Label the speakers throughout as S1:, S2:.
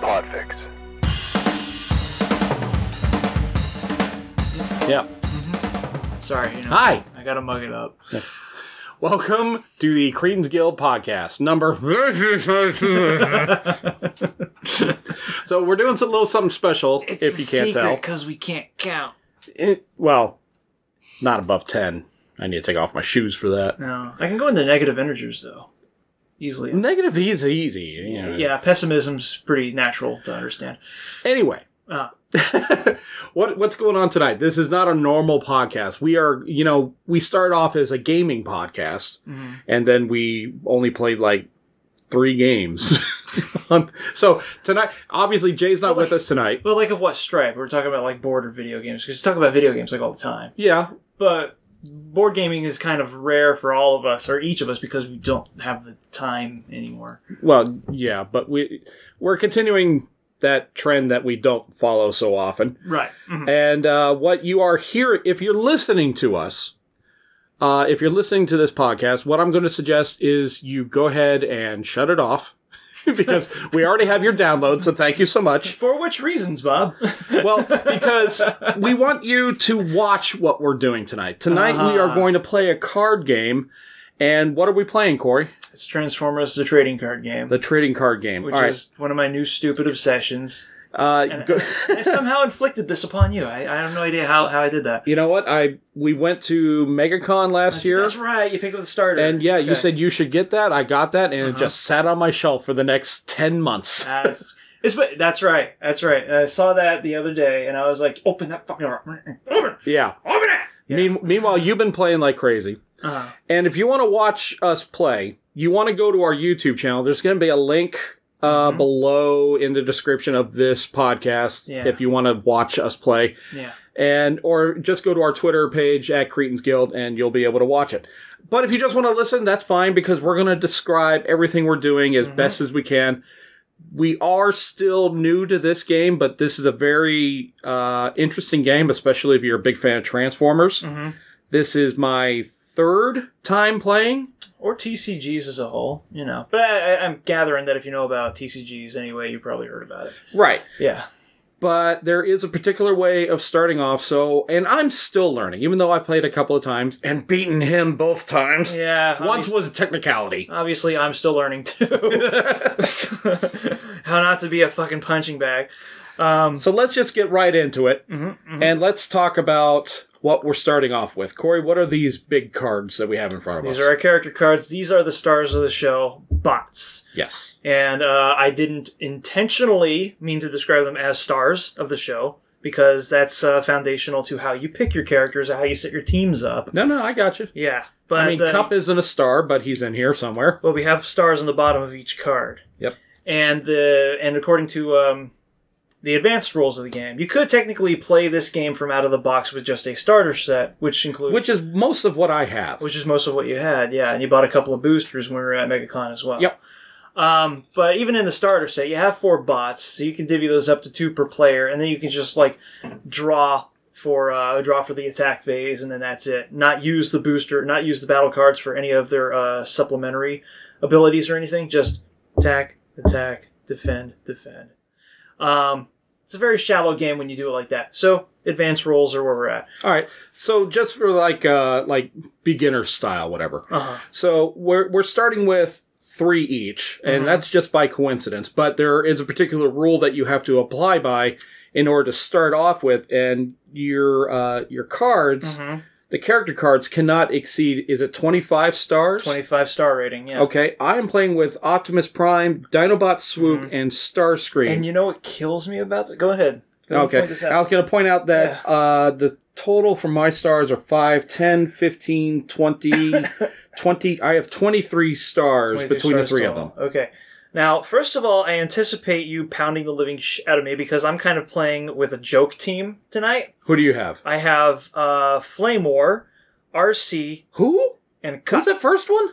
S1: Podfix.
S2: Yeah.
S3: Sorry. You know,
S2: Hi.
S3: I gotta mug it up.
S2: Welcome to the Cretans Guild podcast number. so we're doing some little something special. if you can't tell,
S3: because we can't count.
S2: It- well, not above ten. I need to take off my shoes for that.
S3: No, I can go into negative integers though, easily.
S2: Negative is easy. You know.
S3: Yeah, pessimism's pretty natural to understand.
S2: Anyway,
S3: Uh,
S2: what what's going on tonight? This is not a normal podcast. We are, you know, we start off as a gaming podcast,
S3: Mm-hmm.
S2: and then we only played like three games. On- so tonight, obviously, Jay's not with us tonight.
S3: well, like of what stripe? We're talking about like board or video games because we talk about video games like all the time.
S2: Yeah,
S3: But board gaming is kind of rare for all of us or each of us because we don't have the time anymore.
S2: well, yeah, but we we're continuing that trend that we don't follow so often.
S3: Right. Mm-hmm.
S2: And uh, what you are here, if you're listening to us, uh, if you're listening to this podcast, what I'm going to suggest is you go ahead and shut it off because we already have your download. So thank you so much.
S3: For which reasons, Bob?
S2: Well, because we want you to watch what we're doing tonight. Tonight we
S3: Uh-huh.
S2: are going to play a card game. And what are we playing, Corey?
S3: it's Transformers: The Trading Card Game,
S2: The trading card game.
S3: which
S2: All right.
S3: is one of my new stupid obsessions.
S2: uh, go-
S3: I somehow inflicted this upon you. I, I have no idea how, how I did that.
S2: you know what? I we went to MegaCon last year.
S3: That's right. You picked up the starter.
S2: And yeah,
S3: Okay. Uh-huh.
S2: you said you should get that. I got that, and it just sat on my shelf for the next ten months.
S3: that's it's, but that's right. That's right. I saw that the other day, and I was like, "Open that fucking door! Open it! Open
S2: yeah.
S3: it!"
S2: Mean, meanwhile, you've been playing like crazy.
S3: Uh-huh.
S2: And if you want to watch us play, you want to go to our YouTube channel. There's going to be a link uh, below in the description of this podcast
S3: Yeah.
S2: if you want to watch us play,
S3: Yeah.
S2: and or just go to our Twitter page at Cretans Guild, and you'll be able to watch it. But if you just want to listen, that's fine because we're going to describe everything we're doing as best as we can. we are still new to this game, but this is a very uh, interesting game, especially if you're a big fan of Transformers. This is my third time playing.
S3: Or TCGs as a whole, you know. But I, I, I'm gathering that if you know about TCGs anyway, you probably heard about it.
S2: Right.
S3: Yeah.
S2: But there is a particular way of starting off, so, and I'm still learning, even though I played a couple of times and beaten him both times.
S3: Yeah.
S2: Once
S3: obvi-
S2: was a technicality.
S3: obviously I'm still learning too how not to be a fucking punching bag. Um, mm-hmm,
S2: So let's just get right into it and let's talk about what we're starting off with. Corey, what are these big cards that we have in front of
S3: these
S2: us?
S3: are our character cards. These are the stars of the show, bots.
S2: yes.
S3: and uh, I didn't intentionally mean to describe them as stars of the show because that's uh, foundational to how you pick your characters, how you set your teams up.
S2: No, no, I got you.
S3: Yeah, but
S2: I mean,
S3: uh,
S2: Cup isn't a star, but he's in here somewhere.
S3: well, we have stars on the bottom of each card.
S2: Yep.
S3: and the and according to um, the advanced rules of the game, you could technically play this game from out of the box with just a starter set, which includes
S2: Which is most of what I have.
S3: which is most of what you had, yeah. And you bought a couple of boosters when we were at MegaCon as well.
S2: Yep.
S3: Um, but even in the starter set, you have four bots, so you can divvy those up to two per player, and then you can just like draw for uh, draw for the attack phase, and then that's it. Not use the booster, not use the battle cards for any of their uh, supplementary abilities or anything. Just attack, attack, defend, defend. Um, it's a very shallow game when you do it like that. So advanced rules are where we're at.
S2: All right. So just for like uh like beginner style, whatever.
S3: Uh-huh.
S2: So we're we're starting with three each, and
S3: Mm-hmm.
S2: that's just by coincidence. But there is a particular rule that you have to apply by in order to start off with, and your uh your
S3: Mm-hmm.
S2: cards, the character cards cannot exceed is it twenty five stars?
S3: Twenty-five star rating. Yeah.
S2: Okay, I am playing with Optimus Prime, Dinobot Swoop, and Starscream.
S3: Mm-hmm. And you know what kills me about this? Go ahead. Go ahead and
S2: Okay.
S3: point this out.
S2: I was going to point out that uh, the total from my stars are 5, 10, 15, 20, 20. I have 23 stars
S3: 23
S2: between the
S3: stars
S2: three
S3: total.
S2: of them.
S3: Okay. Now, first of all, I anticipate you pounding the living shit out of me because I'm kind of playing with a joke team tonight.
S2: Who do you have?
S3: I have uh, Flame War, RC,
S2: Who?
S3: and
S2: Who's
S3: Cut.
S2: that first one?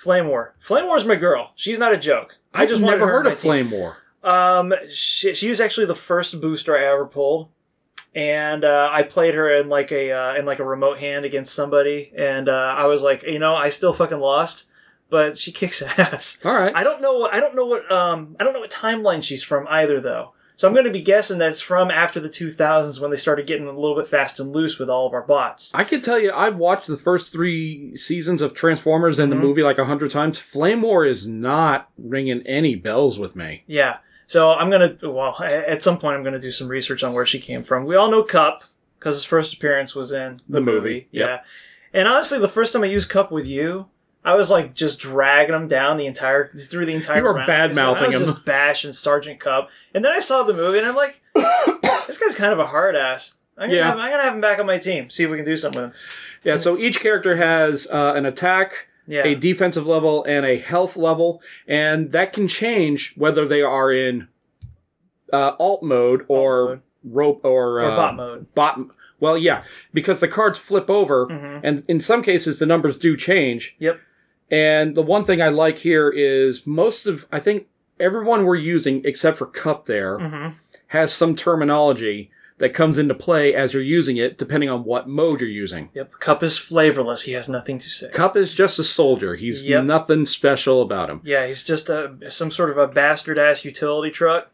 S3: Flame War. Flame War is my girl. She's not a joke. I just wanted
S2: never
S3: her on
S2: heard
S3: my
S2: of
S3: team.
S2: Flame War.
S3: Um, she, she was actually the first booster I ever pulled, and uh, I played her in like a uh, in like a remote hand against somebody, and uh, I was like, you know, I still fucking lost, but she kicks ass.
S2: All right.
S3: I don't know what I don't know what um I don't know what timeline she's from either though. So I'm going to be guessing that's from after the 2000s when they started getting a little bit fast and loose with all of our bots.
S2: I can tell you, I've watched the first three seasons of Transformers and the
S3: Mm-hmm.
S2: movie like a hundred times. Flame War is not ringing any bells with me.
S3: Yeah. So I'm gonna well a- at some point I'm gonna do some research on where she came from. We all know Cup because his first appearance was in
S2: The movie, yep.
S3: Yeah. And honestly, the first time I used Cup with you, I was like just dragging him down the entire through the entire.
S2: You were
S3: round.
S2: bad-mouthing
S3: I was
S2: him.
S3: just bashing Sergeant Cup, and then I saw the movie and I'm like, this guy's kind of a hard ass. I'm gonna,
S2: Yeah.
S3: have, I'm gonna have him back on my team. See if we can do something with him.
S2: Yeah, so each character has uh, an attack,
S3: Yeah.
S2: a defensive level, and a health level, and that can change whether they are in uh, alt mode or
S3: mode.
S2: rope or,
S3: or
S2: uh,
S3: bot mode.
S2: bot- Well, yeah, because the cards flip over,
S3: Mhm.
S2: and in some cases the numbers do change.
S3: Yep.
S2: And the one thing I like here is most of, I think everyone we're using, except for Cup there,
S3: Mhm.
S2: has some terminology that comes into play as you're using it, depending on what mode you're using.
S3: Yep. Cup is flavorless. He has nothing to say.
S2: Cup is just a soldier. He's
S3: Yep.
S2: nothing special about him.
S3: Yeah, he's just a some sort of a bastard ass utility truck.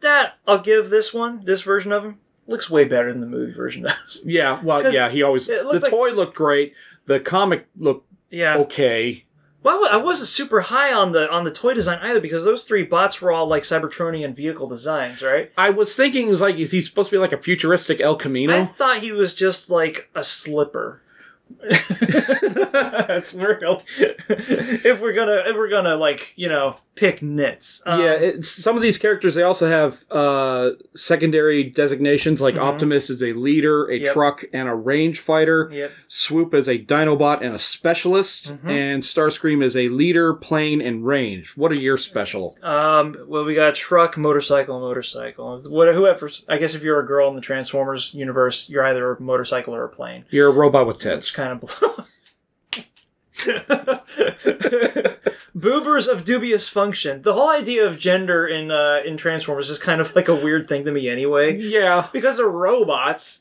S3: That I'll give this one, this version of him, looks way better than the movie version does.
S2: Yeah, well,
S3: 'Cause
S2: yeah, he always.
S3: it
S2: The
S3: looked like-
S2: toy looked great. The comic looked
S3: Yeah.
S2: Oh. okay.
S3: Well, I wa- I wasn't super high on the on the toy design either because those three bots were all like Cybertronian vehicle designs, right?
S2: I was thinking, it was like, is he supposed to be like a futuristic El
S3: I
S2: Camino?
S3: thought he was just like a slipper. That's real. if we're gonna if we're gonna like you know pick nits, um,
S2: yeah, it's, some of these characters they also have uh, secondary designations like Optimus is a leader, a
S3: Mm-hmm. Yep. Mm-hmm.
S2: truck, and a range fighter.
S3: Yep.
S2: Swoop is a Dinobot and a specialist,
S3: Mm-hmm.
S2: and Starscream is a leader, plane, and range. What are your special?
S3: Um, well, we got truck, motorcycle, motorcycle. What, whoever, I guess if you're a girl in the Transformers universe, you're either a motorcycle or a plane.
S2: You're a robot with
S3: It's
S2: tits.
S3: kind of blows. Boobers of dubious function. The whole idea of gender in uh, in Transformers is kind of like a weird thing to me, anyway
S2: Yeah,
S3: because they're robots.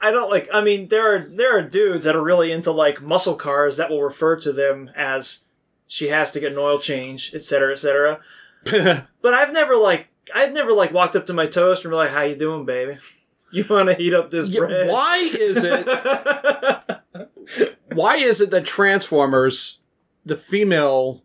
S3: I don't like. I mean, there are there are dudes that are really into like muscle cars that will refer to them as she has to get an oil change, et cetera, et cetera. but I've never like I've never like walked up to my toast and be like, "How you doing, baby? You want to heat up this
S2: Yeah,
S3: bread?"
S2: Why is it? why is it that Transformers, the female,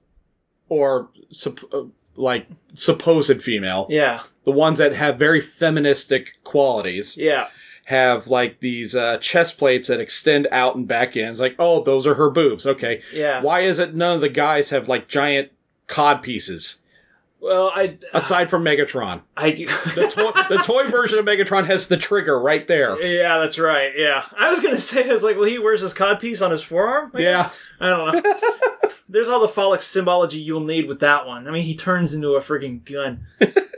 S2: or sup- uh, like supposed female,
S3: yeah,
S2: the ones that have very feministic qualities,
S3: yeah,
S2: have like these uh, chest plates that extend out and back in. It's like, oh, those are her boobs. Okay.
S3: yeah.
S2: Why is it none of the guys have like giant cod pieces
S3: Well, I
S2: aside from Megatron?
S3: I do.
S2: The, to- the toy version of Megatron has the trigger right there.
S3: yeah, that's right. Yeah, I was gonna say I was like, well, he wears his codpiece on his forearm. I
S2: Yeah.
S3: I don't know. There's all the phallic symbology you'll need with that one. I mean, he turns into a freaking gun,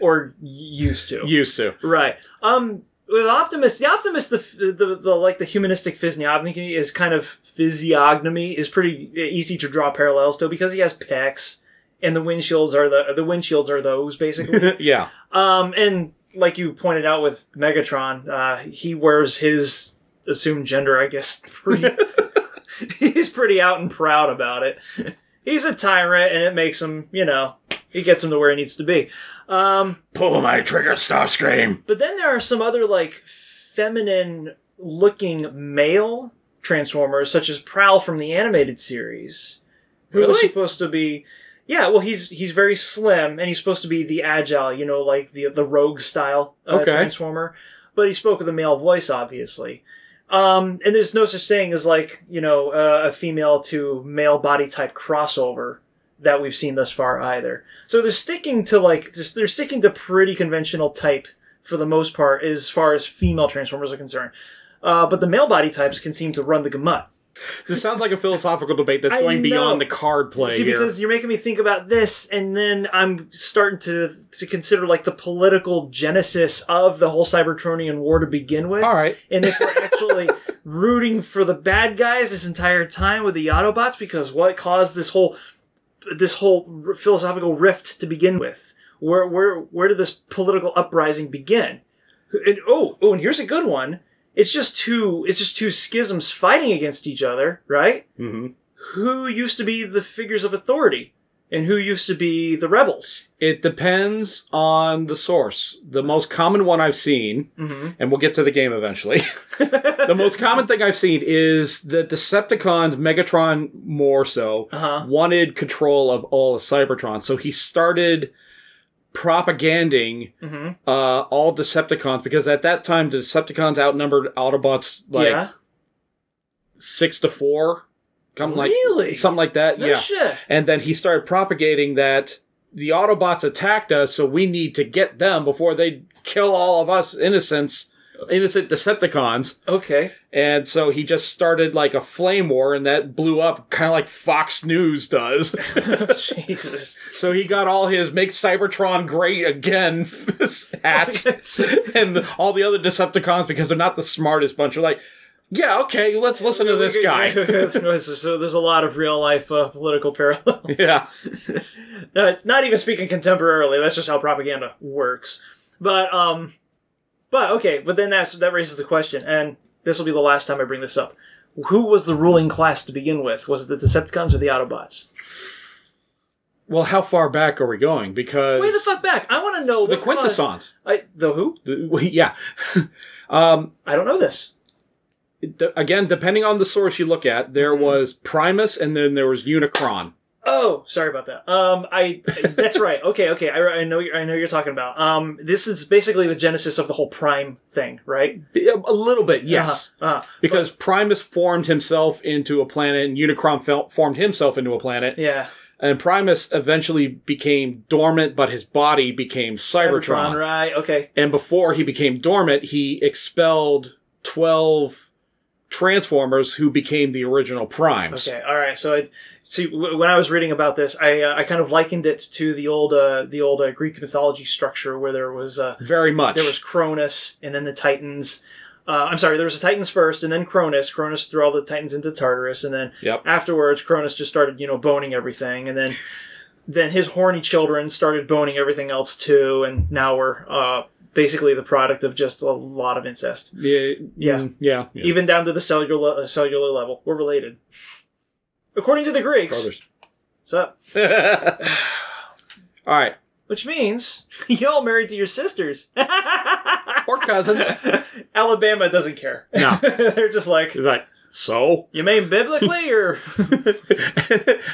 S3: or y- used to.
S2: Used to.
S3: Right. Um. With Optimus, the Optimus, the, the the like the humanistic physiognomy is kind of physiognomy is pretty easy to draw parallels to because he has pecs, and the windshields are the the windshields are those basically.
S2: Yeah.
S3: Um, and like you pointed out with Megatron, uh, he wears his assumed gender, I guess, pretty. he's pretty out and proud about it. He's a tyrant, and it makes him, you know, he gets him to where he needs to be. Um,
S2: Pull my trigger, Starscream.
S3: but then there are some other, like, feminine looking male Transformers, such as Prowl from the animated series, who was
S2: Really?
S3: supposed to be. Yeah, well, he's he's very slim, and he's supposed to be the agile, you know, like the the rogue style uh,
S2: Okay.
S3: transformer. But he spoke with a male voice, obviously. Um, and there's no such thing as like you know uh, a female to male body type crossover that we've seen thus far either. So they're sticking to like just, they're sticking to pretty conventional type for the most part as far as female transformers are concerned. Uh, but the male body types can seem to run the gamut.
S2: This sounds like a philosophical debate that's
S3: I
S2: going beyond
S3: know.
S2: the card play
S3: See,
S2: here.
S3: because you're making me think about this, and then I'm starting to to consider like the political genesis of the whole Cybertronian war to begin with.
S2: All right.
S3: And if we're actually rooting for the bad guys this entire time with the Autobots, because what caused this whole this whole r- philosophical rift to begin with? Where where where did this political uprising begin? And oh oh, and here's a good one. It's just two it's just two schisms fighting against each other, right?
S2: Mm-hmm.
S3: who used to be the figures of authority and who used to be the rebels.
S2: It depends on the source. The most common one I've seen,
S3: Mhm.
S2: and we'll get to the game eventually. the most common thing I've seen is the Decepticons, Megatron more so,
S3: Uh-huh.
S2: wanted control of all of Cybertron. So he started propaganding
S3: Mhm.
S2: uh, all Decepticons because at that time the Decepticons outnumbered Autobots like
S3: yeah.
S2: six to four. Come like
S3: Really?
S2: something like that.
S3: No
S2: yeah.
S3: shit.
S2: And then he started propagating that the Autobots attacked us, so we need to get them before they kill all of us innocents, innocent Decepticons.
S3: Okay.
S2: And so he just started like a flame war, and that blew up kind of like Fox News does.
S3: Jesus.
S2: so he got all his "Make Cybertron Great Again" hats, and all the other Decepticons because they're not the smartest bunch. Are like, yeah, okay, let's listen to this guy.
S3: so there's a lot of real life uh, political parallel.
S2: Yeah,
S3: No, it's not even speaking contemporarily. That's just how propaganda works. But um, but okay. But then that's that raises the question, and this will be the last time I bring this up. Who was the ruling class to begin with? Was it the Decepticons or the Autobots?
S2: Well, how far back are we going? Because
S3: Way the fuck back! I want to know
S2: the
S3: what caused-
S2: quintessence.
S3: I, the who?
S2: The- yeah. um,
S3: I don't know this.
S2: d- again, depending on the source you look at, there
S3: Mm-hmm.
S2: was Primus, and then there was Unicron.
S3: Oh, sorry about that. Um, I that's right. Okay, okay. I, I know you're, I know you're talking about. Um, this is basically the genesis of the whole Prime thing, right?
S2: A little bit, yes.
S3: Uh-huh. Uh,
S2: Because Primus formed himself into a planet, and Unicron fel- formed himself into a planet,
S3: yeah.
S2: and Primus eventually became dormant, but his body became Cybertron.
S3: right? Okay.
S2: And before he became dormant, he expelled twelve Transformers who became the original Primes.
S3: Okay. All right. So I see w- when I was reading about this, I uh, I kind of likened it to the old uh, the old uh, Greek mythology structure where there was uh,
S2: Very much.
S3: there was Cronus and then the Titans. Uh, I'm sorry, there was the Titans first and then Cronus. Cronus threw all the Titans into Tartarus and then
S2: Yep.
S3: afterwards Cronus just started, you know, boning everything and then then his horny children started boning everything else too and now we're uh, basically the product of just a lot of incest.
S2: Yeah. Mm,
S3: Yeah.
S2: Yeah. yeah.
S3: Even down to the cellular uh, cellular level. We're related. According to the Greeks.
S2: Brothers.
S3: What's up?
S2: All right.
S3: Which means y'all married to your sisters.
S2: Or cousins.
S3: Alabama doesn't care.
S2: No.
S3: They're just like,
S2: He's like, so?
S3: You mean biblically or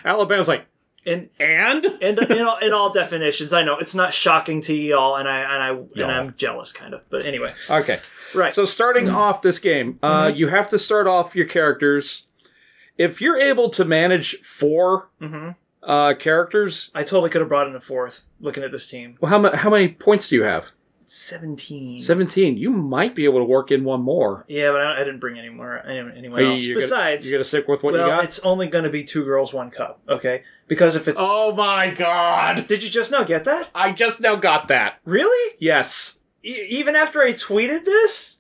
S2: Alabama's like,
S3: in
S2: and?
S3: in, in, all, in all definitions? I know it's not shocking to y'all, and I and I
S2: Y'all.
S3: and I'm jealous, kind of. But anyway,
S2: Okay.
S3: right?
S2: So starting off this game, uh, you have to start off your characters. If you're able to manage four
S3: hmm
S2: uh, characters,
S3: I totally could have brought in a fourth. Looking at this team,
S2: well, how, ma- how many points do you have?
S3: seventeen.
S2: 17. You might be able to work in one more.
S3: yeah, but I, I didn't bring any more any- anyone
S2: Are you-
S3: else.
S2: you're gonna-
S3: Besides,
S2: You're going to stick with what
S3: well,
S2: you got?
S3: it's only going to be two girls, one cup. Okay, because if it's
S2: Oh my god!
S3: did you just now get that?
S2: I just now got that.
S3: Really?
S2: Yes.
S3: E- even after I tweeted this,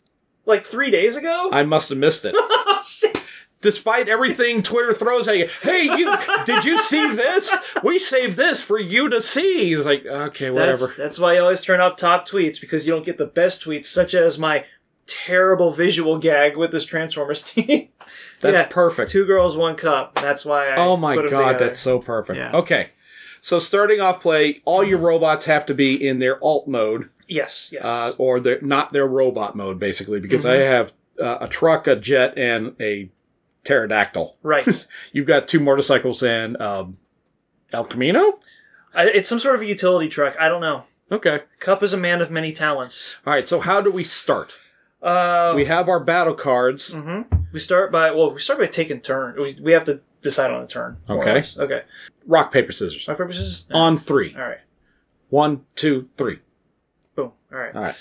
S3: like three days ago.
S2: I must have missed it.
S3: oh shit.
S2: despite everything Twitter throws at you. Hey, you did you see this? We saved this for you to see. He's like, okay, whatever.
S3: That's, that's why I always turn up top tweets because you don't get the best tweets, such as my terrible visual gag with this Transformers team.
S2: That's
S3: yeah.
S2: perfect.
S3: Two girls, one cup. That's why. I
S2: oh my
S3: put 'em
S2: god,
S3: together.
S2: that's so perfect.
S3: Yeah.
S2: Okay. So starting off play, all your robots have to be in their alt mode,
S3: yes, yes. Mm-hmm.
S2: uh, or their not their robot mode, basically, because I have uh, a truck, a jet, and a pterodactyl.
S3: right.
S2: You've got two motorcycles and um, El Camino.
S3: I, it's some sort of a utility truck. I don't know.
S2: Okay.
S3: Cup is a man of many talents.
S2: All right. So how do we start?
S3: Uh,
S2: We have our battle cards.
S3: hmm we start by well, we start by taking turn. We, we have to decide on a turn. more or
S2: Okay.
S3: less. Okay.
S2: Rock paper scissors.
S3: My purposes.
S2: on three.
S3: All right.
S2: One, two, three.
S3: Boom. All right.
S2: All right.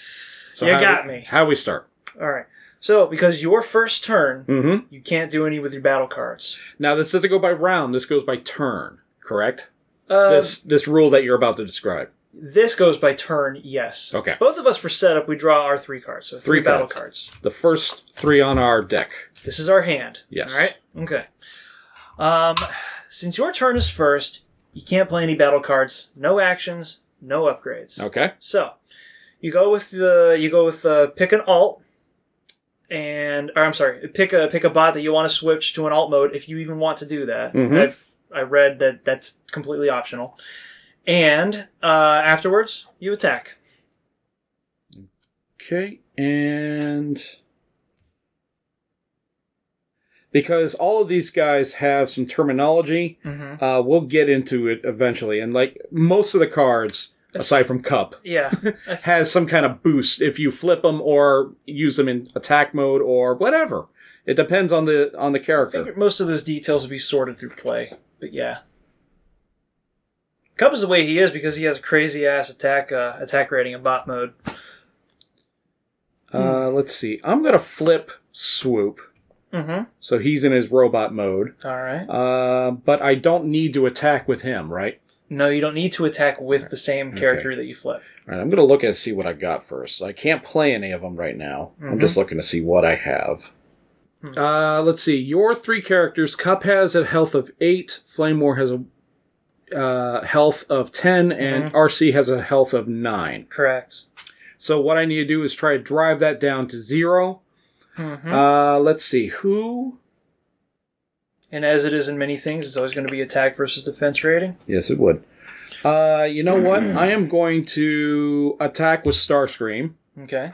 S2: So
S3: You
S2: how
S3: got
S2: we,
S3: me.
S2: How we start?
S3: All right. So, because your first turn,
S2: Mm-hmm.
S3: you can't do any with your battle cards.
S2: Now this doesn't go by round. This goes by turn. Correct.
S3: Uh,
S2: this this rule that you're about to describe.
S3: This goes by turn, yes.
S2: Okay.
S3: Both of us for setup, we draw our three cards. So three,
S2: Three
S3: battle
S2: cards.
S3: cards.
S2: The first three on our deck.
S3: This is our hand.
S2: Yes.
S3: All right? Okay. Um, since your turn is first, you can't play any battle cards. No actions, no upgrades.
S2: Okay.
S3: So, you go with the you go with uh, pick an alt and or I'm sorry, pick a pick a bot that you want to switch to an alt mode if you even want to do that.
S2: Mhm.
S3: I've I read that that's completely optional. And uh, afterwards, you attack.
S2: Okay, and because all of these guys have some terminology,
S3: Mm-hmm.
S2: uh, we'll get into it eventually. And like most of the cards, aside from Cup,
S3: Yeah,
S2: has some kind of boost if you flip them or use them in attack mode or whatever. It depends on the on the
S3: I figured
S2: character.
S3: most of those details will be sorted through play. But yeah, Cub is the way he is because he has a crazy ass attack uh, attack rating in bot mode.
S2: Uh, let's see. I'm gonna flip Swoop,
S3: Mm-hmm.
S2: so he's in his robot mode.
S3: All right.
S2: Uh, but I don't need to attack with him, right?
S3: No, you don't need to attack with the same character that you flip.
S2: All right, I'm gonna look at see what I got first. I can't play any of them right now. I'm just looking to see what I have. Uh, let's see. Your three characters. Cup has a health of eight. Flamemore has a uh, health of ten, and RC has a health of nine.
S3: Correct.
S2: So what I need to do is try to drive that down to 0
S3: Mm-hmm.
S2: Uh, let's see who.
S3: And as it is in many things, it's always going to be attack versus defense rating.
S2: Yes, it would. Uh, you know what? I am going to attack with Starscream.
S3: Okay.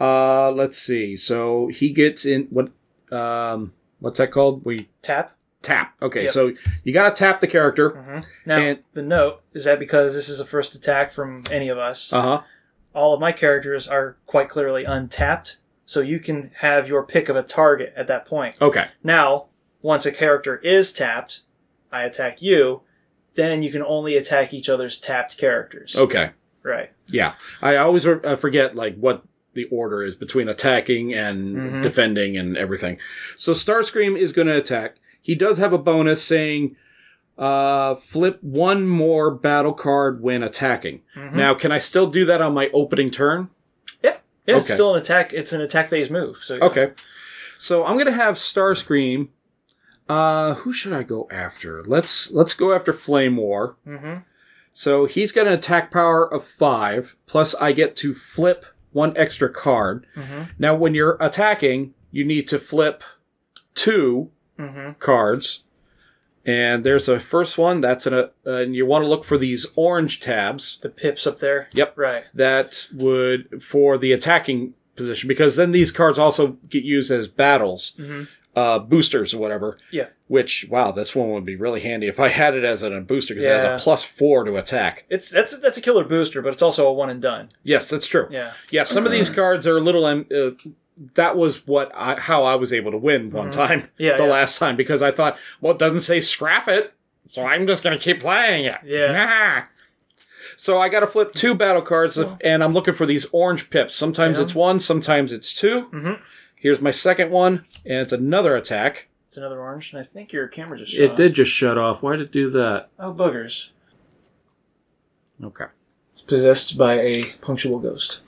S2: Uh, let's see. So he gets in what um what's that called? We
S3: Tap.
S2: tap. Okay,
S3: Yep.
S2: so you got to tap the character.
S3: Mm-hmm. Now,
S2: And-
S3: the note is that because this is the first attack from any of us,
S2: Uh-huh.
S3: all of my characters are quite clearly untapped, so you can have your pick of a target at that point.
S2: Okay.
S3: Now, once a character is tapped, I attack you, then you can only attack each other's tapped characters.
S2: Okay.
S3: Right.
S2: Yeah. I always re- I forget like what the order is between attacking and
S3: Mhm.
S2: defending and everything. So Starscream is going to attack. He does have a bonus saying uh flip one more battle card when attacking.
S3: Mhm.
S2: Now, can I still do that on my opening turn?
S3: Yeah, It's
S2: Okay.
S3: still an attack. It's an attack phase move. So
S2: Okay. So I'm gonna have Starscream. Uh, who should I go after? Let's let's go after Flame War.
S3: hmm
S2: So he's got an attack power of five, plus I get to flip one extra card.
S3: hmm
S2: Now when you're attacking, you need to flip two
S3: hmm
S2: cards. And there's a first one that's an, uh, and you want to look for these orange tabs
S3: The pips up there.
S2: Yep.
S3: Right.
S2: that would for the attacking position because then these cards also get used as battles
S3: hmm
S2: uh, boosters or whatever.
S3: Yeah.
S2: Which wow, this one would be really handy if I had it as a booster because it
S3: Yeah.
S2: has a plus four to attack.
S3: It's that's that's a killer booster, but it's also a one and done.
S2: Yes, that's true. Yeah,
S3: Yeah.
S2: some of these cards are a little. Um, uh, that was what I, how I was able to win one time.
S3: Mm-hmm. Yeah,
S2: the
S3: yeah.
S2: last time because I thought, well, it doesn't say scrap it, so I'm just gonna keep playing it.
S3: Yeah.
S2: So I got to flip two battle cards, if- and I'm looking for these orange pips. Sometimes
S3: Yeah.
S2: it's one, sometimes it's 2
S3: Mhm.
S2: Here's my second one, and it's another attack.
S3: It's another orange, and I think your camera just shut
S2: It
S3: off.
S2: did just shut off. Why did it do that?
S3: Oh boogers!
S2: Okay.
S3: It's possessed by a punctual ghost.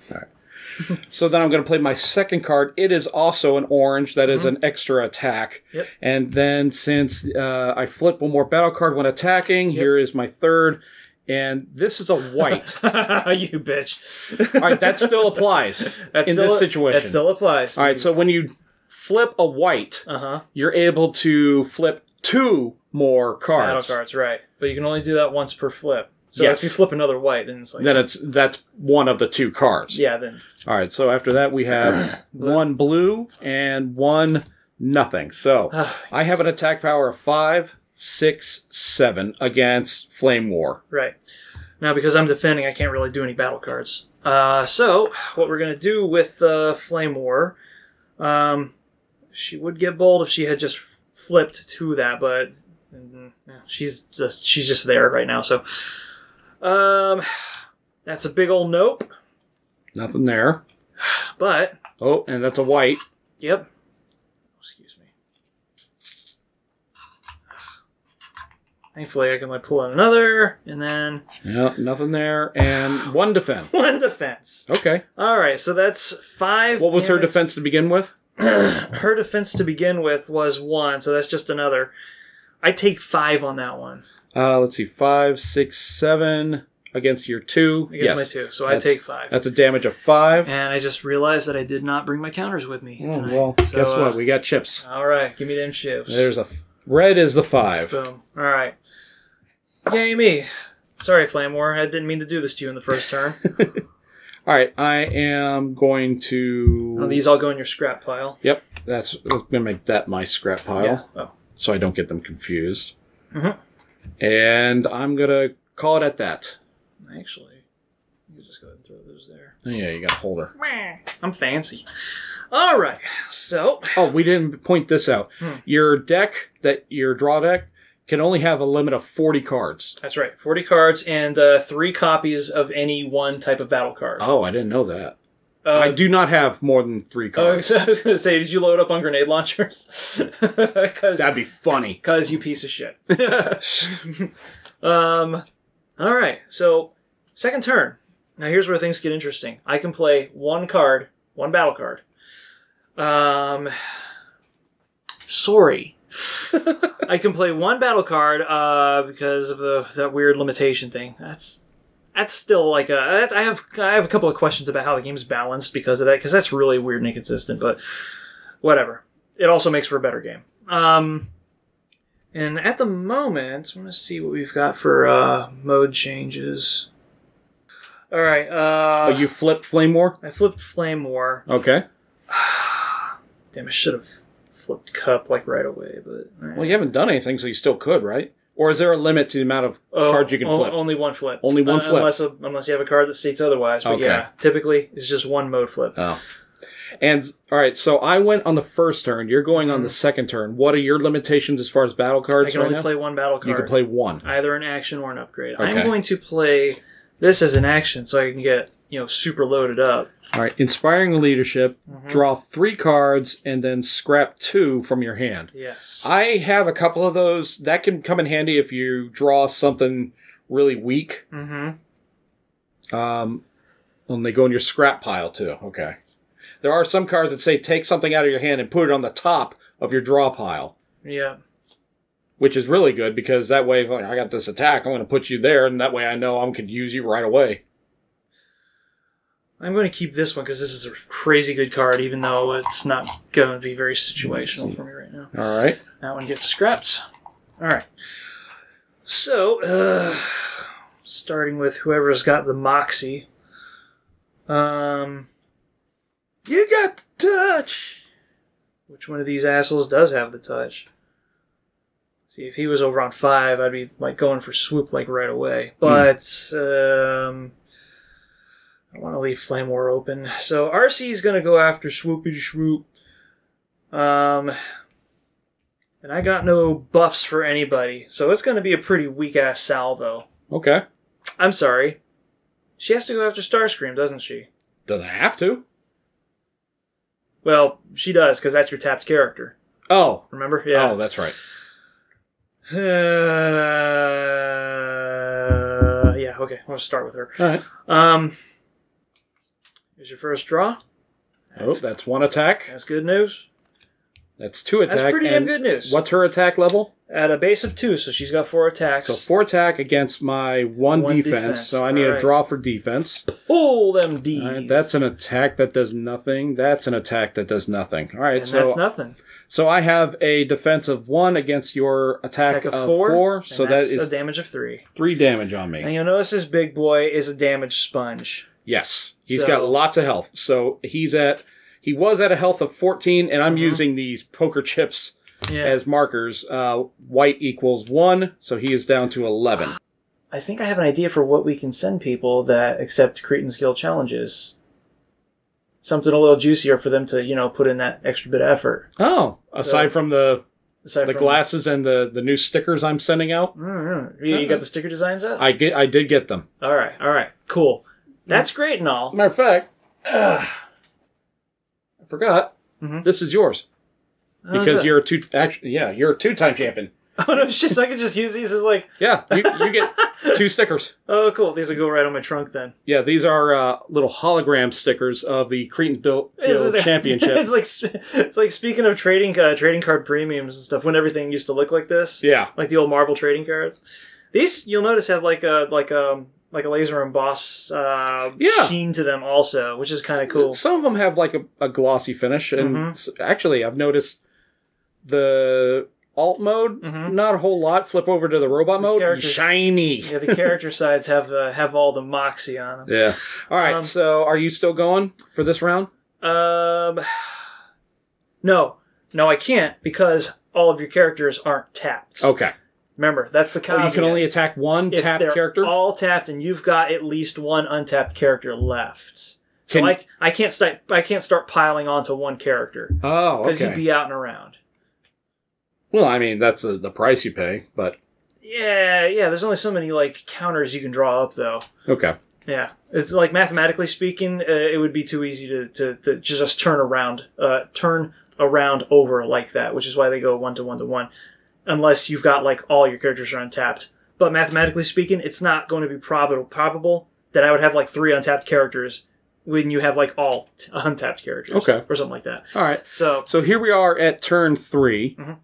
S2: So then I'm going to play my second card. It is also an orange. That is an extra attack.
S3: Mm-hmm. Yep.
S2: And then since uh, I flip one more battle card when attacking, here is my third. And this is a white.
S3: you bitch!
S2: All right, that still applies
S3: That's
S2: in
S3: still-
S2: this situation.
S3: that still applies.
S2: All right, so when you flip a white,
S3: uh huh.
S2: you're able to flip two more
S3: Battle
S2: cards.
S3: cards, right? But you can only do that once per flip. So
S2: Yes.
S3: if you flip another white, then it's like
S2: Then it's that's one of the two cards.
S3: yeah, then
S2: All right, so after that we have one blue and one nothing. So
S3: ah,
S2: I have an attack power of five, six, seven against Flame War.
S3: Right. Now, because I'm defending, I can't really do any battle cards. Uh, so, what we're going to do with uh, Flame War, um, she would get bold if she had just f- flipped to that, but mm, yeah, she's just she's just there right now. So, um, that's a big old nope.
S2: Nothing there.
S3: But
S2: Oh, and that's a white.
S3: yep. Oh, Excuse me. Thankfully, I can like pull out another, and then
S2: Yeah, nothing there, and one defense.
S3: one defense.
S2: Okay.
S3: All right, so that's five.
S2: What was her
S3: damage-
S2: defense to begin with?
S3: her defense to begin with was one, so that's just another. I take five on that one.
S2: Uh, let's see, five, six, seven. against your two.
S3: I guess my two, so I
S2: That's-
S3: take five.
S2: That's a damage of five.
S3: And I just realized that I did not bring my counters with me
S2: Oh,
S3: tonight.
S2: well,
S3: So,
S2: guess what?
S3: uh,
S2: We got chips.
S3: all right, give me them chips.
S2: There's a f- red is the five.
S3: Boom. All right. Yay me. Sorry, Flame War. I didn't mean to do this to you in the first turn.
S2: All right, I am going to.
S3: Now, these all go in your scrap pile.
S2: Yep, that's, that's gonna make that my scrap pile,
S3: Yeah. Oh.
S2: so I don't get them confused.
S3: Mhm.
S2: And I'm gonna call it at that.
S3: Actually, you just go ahead and throw those there.
S2: Oh, Yeah, you got a holder.
S3: I'm fancy. All right. So
S2: Oh, we didn't point this out.
S3: Hmm.
S2: Your deck that your draw deck can only have a limit of forty cards.
S3: that's right. Forty cards and uh, three copies of any one type of battle card.
S2: Oh, I didn't know that.
S3: Uh,
S2: I do not have more than three
S3: oh,
S2: cards.
S3: so I was gonna say, did you load up on grenade launchers? Because
S2: That'd be funny.
S3: Cause you piece of shit. um, all right. So second turn. Now here's where things get interesting. I can play one card, one battle card. Um, sorry. I can play one battle card uh, because of the that weird limitation thing. That's that's still like a that, I have I have a couple of questions about how the game's balanced because of that because that's really weird and inconsistent. But whatever. It also makes for a better game. Um, and at the moment, I want to see what we've got for uh, mode changes. All right. Uh,
S2: oh, you flipped Flame War?
S3: I flipped Flame War.
S2: Okay.
S3: Damn, I should have flipped cup like right away, but
S2: Well, you haven't done anything, so you still could, right? Or is there a limit to the amount of
S3: Oh,
S2: cards you can
S3: on-
S2: flip?
S3: Only one flip. Uh,
S2: Only one flip.
S3: Unless a, unless you have a card that states otherwise. But
S2: Okay.
S3: yeah, typically it's just one mode flip.
S2: Oh. And all right, so I went on the first turn. You're going on the second turn. What are your limitations as far as battle
S3: Hmm. I
S2: cards
S3: can
S2: right
S3: only
S2: now?
S3: play one battle card.
S2: you can play one.
S3: either an action or an upgrade.
S2: Okay.
S3: I'm going to play this as an action so I can get you know super loaded up.
S2: All right, inspiring leadership. Draw three cards and then scrap two from your hand.
S3: Yes.
S2: I have a couple of those that can come in handy if you draw something really weak.
S3: mm-hmm.
S2: Um, and they go in your scrap pile too. Okay. There are some cards that say take something out of your hand and put it on the top of your draw pile.
S3: Yeah.
S2: which is really good because that way, if I got this attack, I'm going to put you there, and that way I know I'm could use you right away.
S3: I'm going to keep this one because this is a crazy good card, even though it's not going to be very situational for me right now.
S2: All right.
S3: That one gets scrapped. All right. So, uh, starting with whoever's got the moxie. Um,
S2: You got the touch.
S3: which one of these assholes does have the touch? See, if he was over on five, I'd be like going for swoop like right away.
S2: Hmm.
S3: But um, I want to leave Flame War open. So RC's gonna go after Swoopy Swoop. Um, and I got no buffs for anybody, so it's gonna be a pretty weak ass salvo.
S2: Okay.
S3: I'm sorry. She has to go after Starscream, doesn't she?
S2: Doesn't have to.
S3: Well, she does because that's your tapped character.
S2: Oh.
S3: Remember? Yeah.
S2: Oh, that's right.
S3: Uh, yeah, okay. I'll just start with her.
S2: All right.
S3: Um, here's your first draw.
S2: Oh, that's one attack.
S3: That's good news.
S2: That's two attack.
S3: That's pretty damn
S2: and
S3: good news.
S2: What's her attack level?
S3: At a base of two, so she's got four attacks.
S2: So four attack against my one,
S3: One
S2: defense,
S3: defense.
S2: So I need a
S3: Alright.
S2: draw for defense.
S3: Pull them D's.
S2: All right, that's an attack that does nothing. That's an attack that does nothing. All right.
S3: and
S2: so
S3: that's nothing.
S2: So I have a defense of one against your attack,
S3: Attack of
S2: four.
S3: four. and
S2: so that
S3: that's
S2: is
S3: a damage of three.
S2: three damage on
S3: And
S2: me.
S3: you'll notice this big boy is a damage sponge.
S2: Yes, he's
S3: So-
S2: got lots of health. So he's at he was at a health of fourteen, and I'm
S3: Mhm.
S2: using these poker chips
S3: Yeah.
S2: as markers. Uh, white equals one, so he is down to eleven.
S3: I think I have an idea for what we can send people that accept Cretan's Guild challenges. Something a little juicier for them to, you know, put in that extra bit of effort.
S2: Oh, aside from the
S3: Aside
S2: the
S3: from-
S2: glasses and the the new stickers I'm sending out,
S3: Mm, You, you got the sticker designs up?
S2: I get I did get them.
S3: all right, all right, cool. That's
S2: Mm.
S3: great and all.
S2: Matter of fact, I forgot.
S3: Mhm.
S2: This is yours
S3: How's
S2: because
S3: that?
S2: you're a two. Actually, yeah, you're a two time champion.
S3: Oh no, shit! So I could just use these as like,
S2: Yeah, you, you get two stickers.
S3: oh cool, these will go right on my trunk then.
S2: Yeah, these are uh, little hologram stickers of the Cretan Bill
S3: This is-
S2: Championship.
S3: it's like it's like speaking of trading uh, trading card premiums and stuff. When everything used to look like this,
S2: yeah,
S3: like the old Marvel trading cards. These you'll notice have like a like um like a laser emboss uh,
S2: Yeah.
S3: sheen to them also, which is kind of cool.
S2: Some of them have like a, a glossy finish, and
S3: Mhm.
S2: s- actually, I've noticed the alt mode
S3: Mhm.
S2: not a whole lot. Flip over to the robot mode,
S3: characters-
S2: shiny.
S3: yeah, the character sides have uh, have all the moxie on them.
S2: Yeah. All right.
S3: Um,
S2: so, are you still going for this round?
S3: Um, no, no, I can't because all of your characters aren't tapped.
S2: Okay.
S3: Remember, that's the
S2: Oh,
S3: caveat.
S2: you can only attack one
S3: if
S2: tap
S3: they're
S2: character.
S3: all tapped, and you've got at least one untapped character left. So
S2: Can-
S3: I, I can't start I can't start piling onto one character
S2: oh,
S3: because
S2: okay.
S3: you'd be out and around.
S2: well, I mean, that's uh the price you pay, but
S3: Yeah, yeah. There's only so many like counters you can draw up though.
S2: okay.
S3: Yeah, it's like mathematically speaking, uh, it would be too easy to, to, to just turn around, uh, turn around over like that, which is why they go one to one to one, unless you've got like all your characters are untapped. But mathematically speaking, it's not going to be probable probable that I would have like three untapped characters when you have like all t- untapped characters,
S2: Okay.
S3: or something like that.
S2: All right.
S3: So
S2: So here we are at turn 3
S3: Mhm.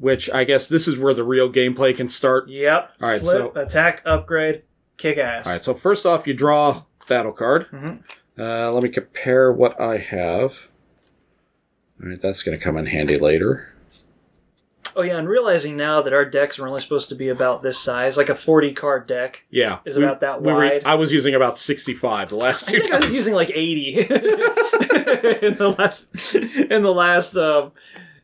S2: which I guess this is where the real gameplay can start.
S3: yep,
S2: All right,
S3: flip, attack, upgrade, kick ass.
S2: All right. So first off, you draw battle card.
S3: Mhm.
S2: Uh, let me compare what I have. All right, that's going to come in handy later.
S3: Oh yeah, and realizing now that our decks are only supposed to be about this size, like a forty card deck.
S2: Yeah,
S3: Is about that wide.
S2: I was using about sixty-five the last two
S3: I think I
S2: times.
S3: was using like eighty in the last in the last um,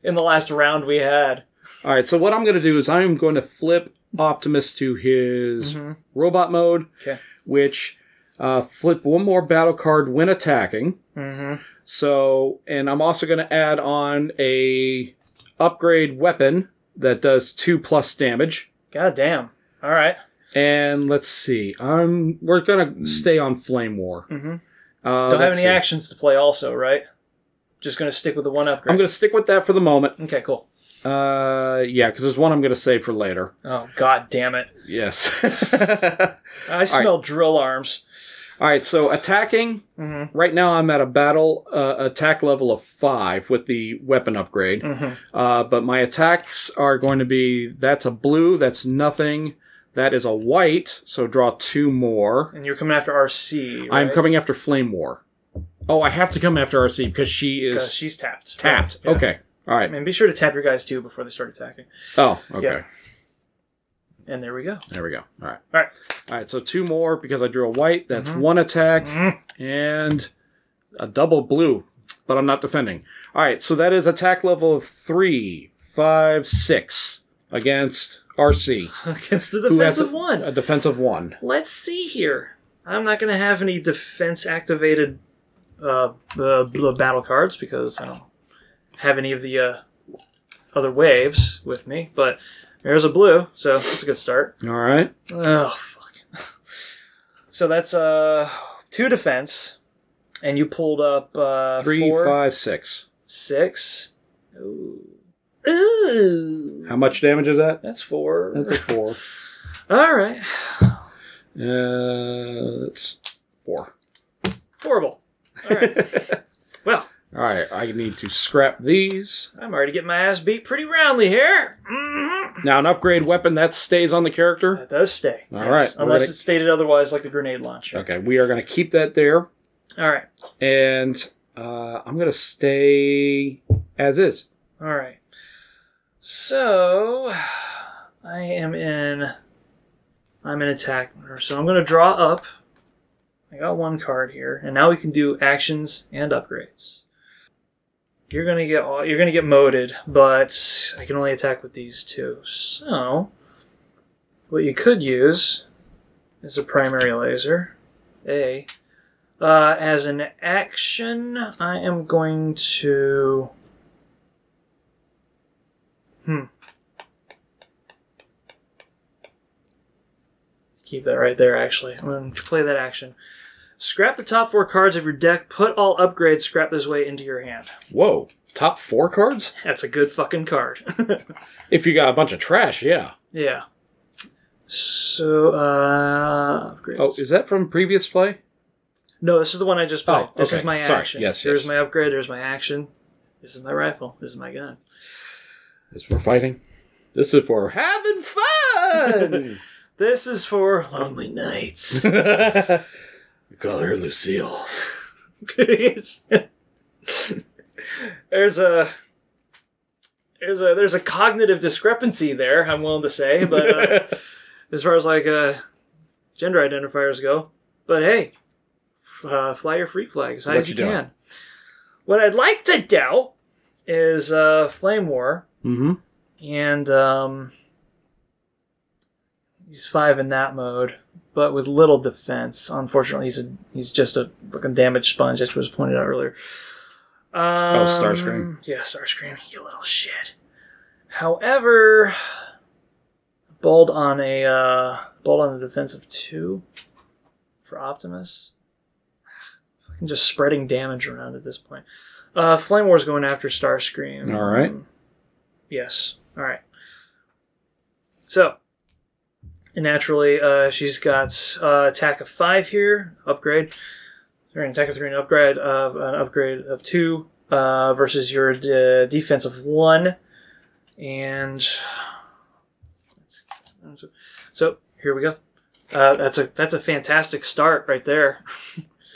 S3: in the last round we had.
S2: All right, so what I'm going to do is I'm going to flip Optimus to his
S3: Mhm.
S2: robot mode,
S3: Okay.
S2: which uh, flip one more battle card when attacking.
S3: Mm-hmm.
S2: So, and I'm also going to add on a upgrade weapon that does two plus damage.
S3: God damn! All right.
S2: And let's see, I'm we're going to stay on Flame War.
S3: Mhm.
S2: Uh,
S3: Hmm. Don't have
S2: let's
S3: any
S2: see.
S3: actions to play. Also, right? Just gonna stick with the one upgrade.
S2: I'm going to stick with that for the moment.
S3: Okay, cool.
S2: Uh, yeah, because there's one I'm going to save for later.
S3: Oh god damn it!
S2: Yes.
S3: I smell drill arms.
S2: All right, so attacking.
S3: Mm-hmm.
S2: Right now, I'm at a battle uh, attack level of five with the weapon upgrade.
S3: Mm-hmm.
S2: Uh, but my attacks are going to be that's a blue, that's nothing, that is a white, so draw two more.
S3: And you're coming after RC.
S2: I'm
S3: right?
S2: coming after Flame War. Oh, I have to come after RC because she is
S3: 'Cause she's tapped.
S2: tapped.
S3: Yeah.
S2: Okay. All right.
S3: And be sure to tap your guys too before they start attacking.
S2: Oh, okay.
S3: Yeah. And there we go.
S2: There we go. All right.
S3: All right.
S2: All right, so two more because I drew a white. That's one attack
S3: Mhm.
S2: and a double blue, but I'm not defending. All right, so that is attack level of three, five, six against RC,
S3: Against the
S2: who has
S3: defensive
S2: a-
S3: one.
S2: a defensive one.
S3: let's see here. I'm not going to have any defense activated uh, uh, bl- battle cards because I don't have any of the uh, other waves with me. But there's a blue, so that's a good start.
S2: All right.
S3: Oh fuck! so that's uh two defense, and you pulled up uh,
S2: Three,
S3: four,
S2: five, six.
S3: six. Ooh. Ooh.
S2: How much damage is that?
S3: That's four.
S2: That's a four.
S3: All right.
S2: Uh, it's four.
S3: Horrible. All right. well.
S2: All right, I need to scrap these.
S3: I'm already getting my ass beat pretty roundly here. Mm-hmm.
S2: Now, an upgrade weapon that stays on the character.
S3: That does stay.
S2: All right, we're
S3: Unless
S2: gonna-
S3: it's stated otherwise, like the grenade launcher.
S2: Okay, we are going to keep that there.
S3: All right.
S2: and uh, I'm gonna stay as is.
S3: All right. So I am in. I'm in attack order. So I'm going to draw up. I got one card here, and now we can do actions and upgrades. You're going to get all. You're going to get moded, but I can only attack with these two. So what you could use is a primary laser. A. Uh, as an action, I am going to. keep that right there actually i'm going to play that action scrap the top four cards of your deck put all upgrades scrap this way into your hand
S2: Whoa, top four cards?
S3: that's a good fucking card
S2: If you got a bunch of trash, yeah.
S3: yeah so uh upgrades.
S2: Oh, is that from previous play?
S3: no this is the one i just played
S2: Oh,
S3: this
S2: okay.
S3: is my
S2: Sorry.
S3: action
S2: Yes,
S3: here's
S2: yes.
S3: my upgrade here's my action this is my rifle this is my gun
S2: This is for fighting. This is for having fun.
S3: This is for lonely nights.
S2: We call her Lucille.
S3: there's a there's a there's a cognitive discrepancy there. I'm willing to say, but uh, as far as like uh, gender identifiers go, but hey, f- uh, fly your freak flag as high
S2: What
S3: as you,
S2: you doing?
S3: can. What I'd like to doubt is uh, flame war
S2: mm-hmm.
S3: and um, he's five in that mode, but with little defense. Unfortunately, he's a, he's just a fucking damaged sponge, as was pointed out earlier. Um,
S2: Starscream.
S3: Yeah, Starscream, you little shit. However, bold on a uh, bold on the defense of two for Optimus. Fucking just spreading damage around at this point. Uh, Flame War's going after Starscream.
S2: All right.
S3: Yes. All right. So, and naturally, uh, she's got uh, attack of five here, upgrade. Or an attack of three, and upgrade of an upgrade of two uh, versus your de- defense of one, and so here we go. Uh, that's a that's a fantastic start right there.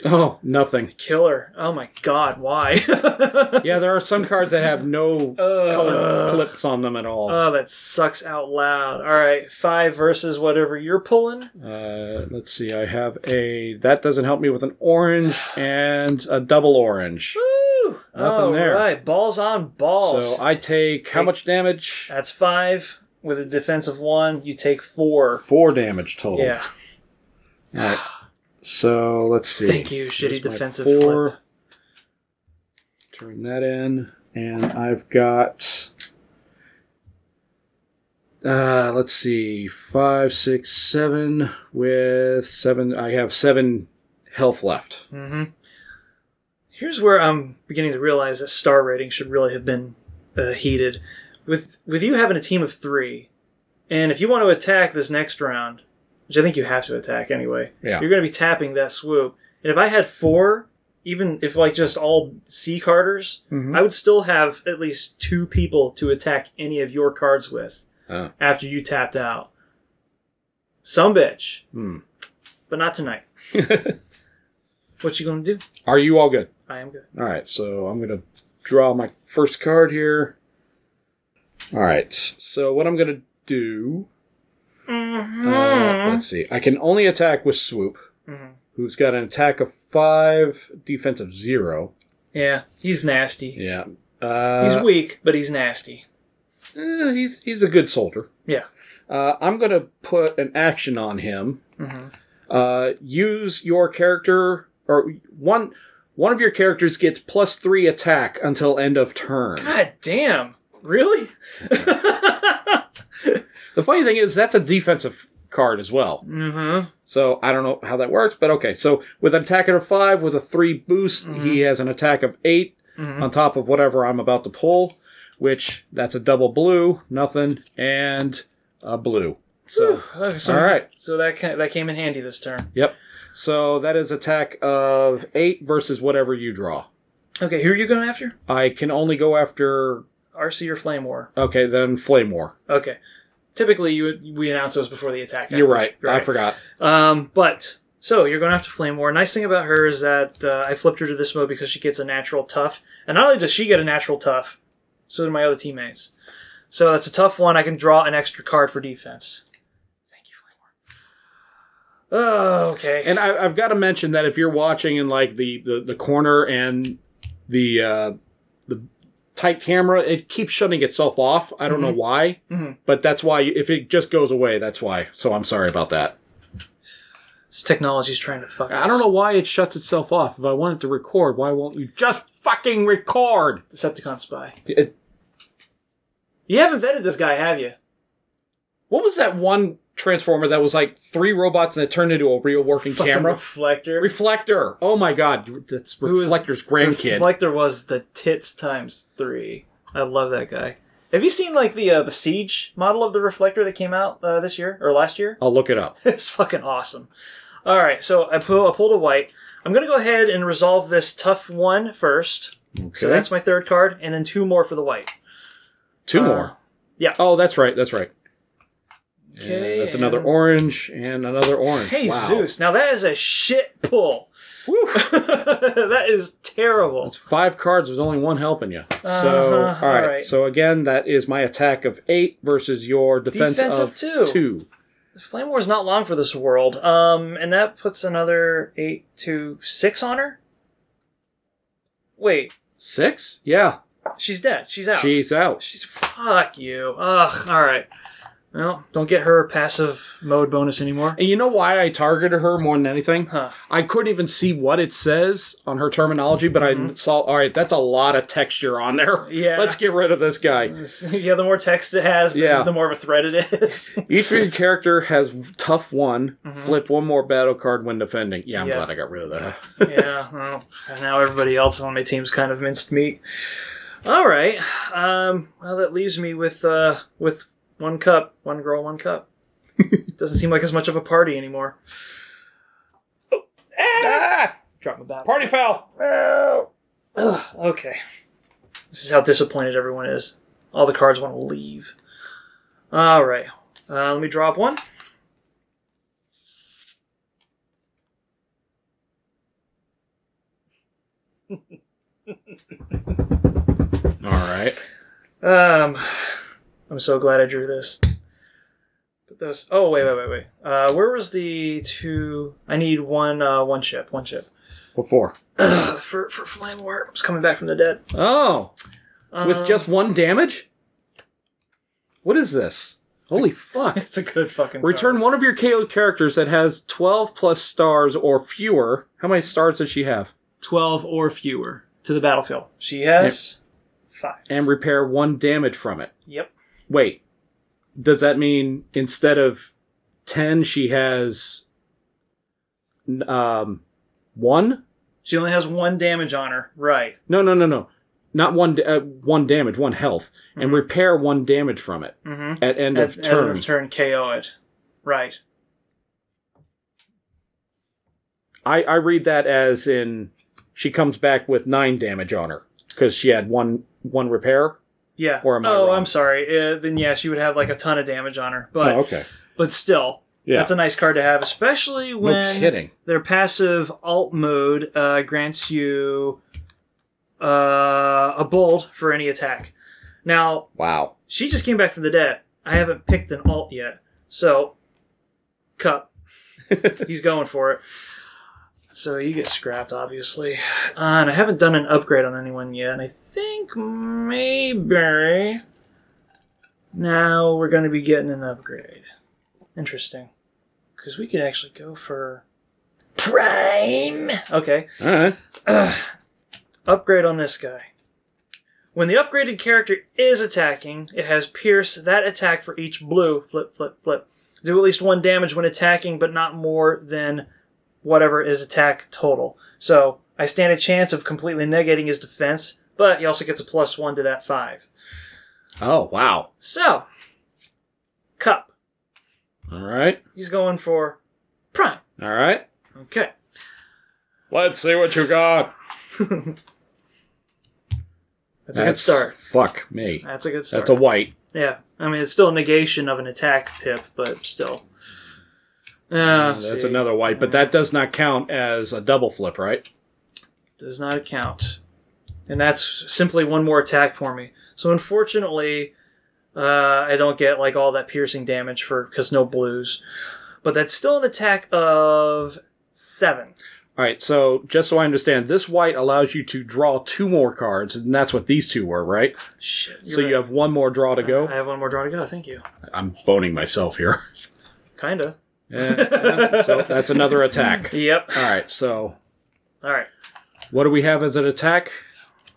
S2: Oh, nothing.
S3: Killer. Oh my god, why?
S2: Yeah, there are some cards that have no color
S3: Ugh.
S2: clips on them at all.
S3: Oh, that sucks out loud. All right, five versus whatever you're pulling.
S2: Uh, let's see. I have a that doesn't help me with an orange and a double orange.
S3: Woo!
S2: Nothing there.
S3: right, balls on balls.
S2: So I take how
S3: Take-
S2: much damage?
S3: that's five with a defense of one. You take four.
S2: Four damage total.
S3: Yeah.
S2: All right. So let's see.
S3: Thank you,
S2: Here's
S3: shitty
S2: my
S3: defensive
S2: four.
S3: flip.
S2: Turn that in, and I've got. Uh, let's see, five, six, seven. With seven, I have seven health left.
S3: hmm Here's where I'm beginning to realize that star rating should really have been uh, heated. With with you having a team of three, and if you want to attack this next round, which I think you have to attack anyway,
S2: Yeah.
S3: you're going to be tapping that swoop. And if I had four, even if like just all C carders,
S2: Mm-hmm.
S3: I would still have at least two people to attack any of your cards with
S2: Oh.
S3: after you tapped out. Some bitch,
S2: Hmm.
S3: but not tonight. what you gonna do?
S2: Are you all good?
S3: I am good.
S2: All right, so I'm going to draw my first card here. All right, so what I'm going to do. Uh, let's see. I can only attack with Swoop,
S3: Mhm.
S2: who's got an attack of five, defense of zero.
S3: Yeah, he's nasty.
S2: Yeah. Uh,
S3: he's weak, but he's nasty.
S2: eh, he's he's a good soldier.
S3: Yeah.
S2: Uh, I'm going to put an action on him.
S3: Mm-hmm.
S2: Uh, use your character or one one of your characters gets plus three attack until end of turn.
S3: God damn! Really?
S2: The funny thing is that's a defensive card as well.
S3: mm-hmm.
S2: So I don't know how that works, but okay. So with an attack of five with a three boost, he has an attack of 8
S3: Mhm.
S2: on top of whatever I'm about to pull, which that's a double blue, nothing, and a blue. So
S3: so,
S2: all right.
S3: So that ca- that came in handy this turn.
S2: yep. So that is attack of eight versus whatever you draw.
S3: Okay, who are you going after?
S2: I can only go after
S3: RC or Flame War?
S2: okay then flame war.
S3: Okay. Typically, you would- we announce those before the attack.
S2: You're
S3: happens.
S2: right. I forgot.
S3: Um, but so you're going to have to flame war. Nice thing about her is that uh, I flipped her to this mode because she gets a natural tough, and not only does she get a natural tough, so do my other teammates. So that's a tough one. I can draw an extra card for defense. Thank you, flame war. Oh, okay.
S2: And I, I've got to mention that if you're watching in like the the, the corner and the uh, the tight camera, it keeps shutting itself off. I don't know why,
S3: Mhm.
S2: but that's why. If it just goes away, that's why. So I'm sorry about that.
S3: this technology's trying to fuck.
S2: I
S3: us.
S2: don't know why it shuts itself off. If I wanted to record, why won't you just fucking record?
S3: Decepticon spy.
S2: It-
S3: You haven't vetted this guy, have you?
S2: what was that one transformer that was like three robots and it turned into a real working
S3: Fucking
S2: camera?
S3: reflector.
S2: Reflector. Oh my god, that's
S3: Who is-
S2: Reflector's grandkid.
S3: Reflector was the tits times three. I love that guy. Have you seen like the uh, the siege model of the reflector that came out uh, this year or last year?
S2: I'll look it up.
S3: it's fucking awesome. All right, so I pull I pulled a white. I'm gonna go ahead and resolve this tough one first.
S2: Okay.
S3: So that's my third card, and then two more for the white.
S2: Two
S3: Uh,
S2: more.
S3: yeah.
S2: Oh, that's right. That's right.
S3: Okay.
S2: that's another
S3: and-
S2: orange and another orange.
S3: Hey
S2: Wow.
S3: Zeus! Now that is a shit pull.
S2: Woo.
S3: that is terrible.
S2: That's five cards with only one helping you. So,
S3: Uh-huh,
S2: all right.
S3: alright.
S2: So, again, that is my attack of eight versus your defense,
S3: Defense
S2: of,
S3: of two. Flame War's not long for this world. Um, and that puts another eight to six on her. Wait,
S2: Six? Yeah.
S3: she's dead. She's out.
S2: She's out.
S3: She's fuck you. Ugh. All right. Well, don't get her passive mode bonus anymore.
S2: And you know why I targeted her more than anything?
S3: Huh.
S2: I couldn't even see what it says on her terminology, but I saw, all right, that's a lot of texture on there.
S3: Mm-hmm. Yeah.
S2: Let's get rid of this guy.
S3: yeah, the more text it has, the,
S2: Yeah.
S3: the more of a threat it is.
S2: Each of your character has tough one. Flip one more battle card when defending. Mm-hmm. Yeah, I'm
S3: Yeah.
S2: glad I got rid of that.
S3: yeah, well, now everybody else on my team's kind of minced meat. All right. Um, well, that leaves me with uh, with one cup, one girl, one cup. Doesn't seem like as much of a party anymore.
S2: ah!
S3: Drop my bat.
S2: Party foul.
S3: Ugh, okay. This is how disappointed everyone is. All the cards want to leave. All right. Uh, let me drop one.
S2: All right.
S3: Um, I'm so glad I drew this. But those. Oh wait, wait, wait, wait. Uh, where was the two? I need one. Uh, one chip. One chip.
S2: What for?
S3: Ugh, for for flame warp. It's coming back from the dead.
S2: Oh, with
S3: Um,
S2: just one damage? What is this? Holy fuck.
S3: It's a good fucking.
S2: Return one of your KO characters that has 12 plus stars or fewer. How many stars does she have?
S3: twelve or fewer to the battlefield. She has five.
S2: And repair one damage from it.
S3: Yep.
S2: Wait, does that mean instead of 10, she has n- um, one?
S3: She only has one damage on her. Right.
S2: No, no, no, no. Not one, da- uh, one damage, one health, and repair one damage from it
S3: Mm-hmm.
S2: at end
S3: At,
S2: of
S3: at end
S2: turn.
S3: of turn, KO it. Right.
S2: I, I read that as in she comes back with nine damage on her because she had one one repair.
S3: Yeah.
S2: Or am I
S3: oh,
S2: wrong?
S3: I'm sorry. Uh, then yeah, she would have like a ton of damage on her. But
S2: oh, okay.
S3: but still,
S2: Yeah.
S3: that's a nice card to have, especially when
S2: no kidding.
S3: their passive alt mode uh, grants you uh, a bold for any attack. Now
S2: Wow.
S3: she just came back from the dead. I haven't picked an alt yet, so cup. He's going for it. So you get scrapped, obviously. Uh, and I haven't done an upgrade on anyone yet. And I think maybe now we're going to be getting an upgrade. Interesting, because we could actually go for prime. Okay
S2: All right.
S3: upgrade on this guy. When the upgraded character is attacking, it has Pierce that attack for each blue. Flip, flip, flip. Do at least one damage when attacking, but not more than whatever is attack total. So I stand a chance of completely negating his defense, but he also gets a plus one to that five.
S2: Oh wow.
S3: So, Cup.
S2: All right.
S3: He's going for Prime.
S2: All right.
S3: Okay.
S2: Let's see what you got.
S3: That's, a good start.
S2: Fuck me.
S3: That's a good start.
S2: That's a white.
S3: Yeah, I mean it's still a negation of an attack pip, but still. Uh,
S2: Mm, That's
S3: see,
S2: another white, but that does not count as a double flip, right?
S3: does not count, and that's simply one more attack for me. So unfortunately, uh, I don't get like all that piercing damage for because no blues, but that's still an attack of seven.
S2: All right. So just so I understand, this white allows you to draw two more cards, and that's what these two were, right?
S3: Shit. you're
S2: so you
S3: right.
S2: have one more draw to go.
S3: I have one more draw to go. Thank you.
S2: I'm boning myself here.
S3: Kinda.
S2: Yeah, so that's another attack.
S3: Yep.
S2: All right, so
S3: All right.
S2: what do we have as an attack?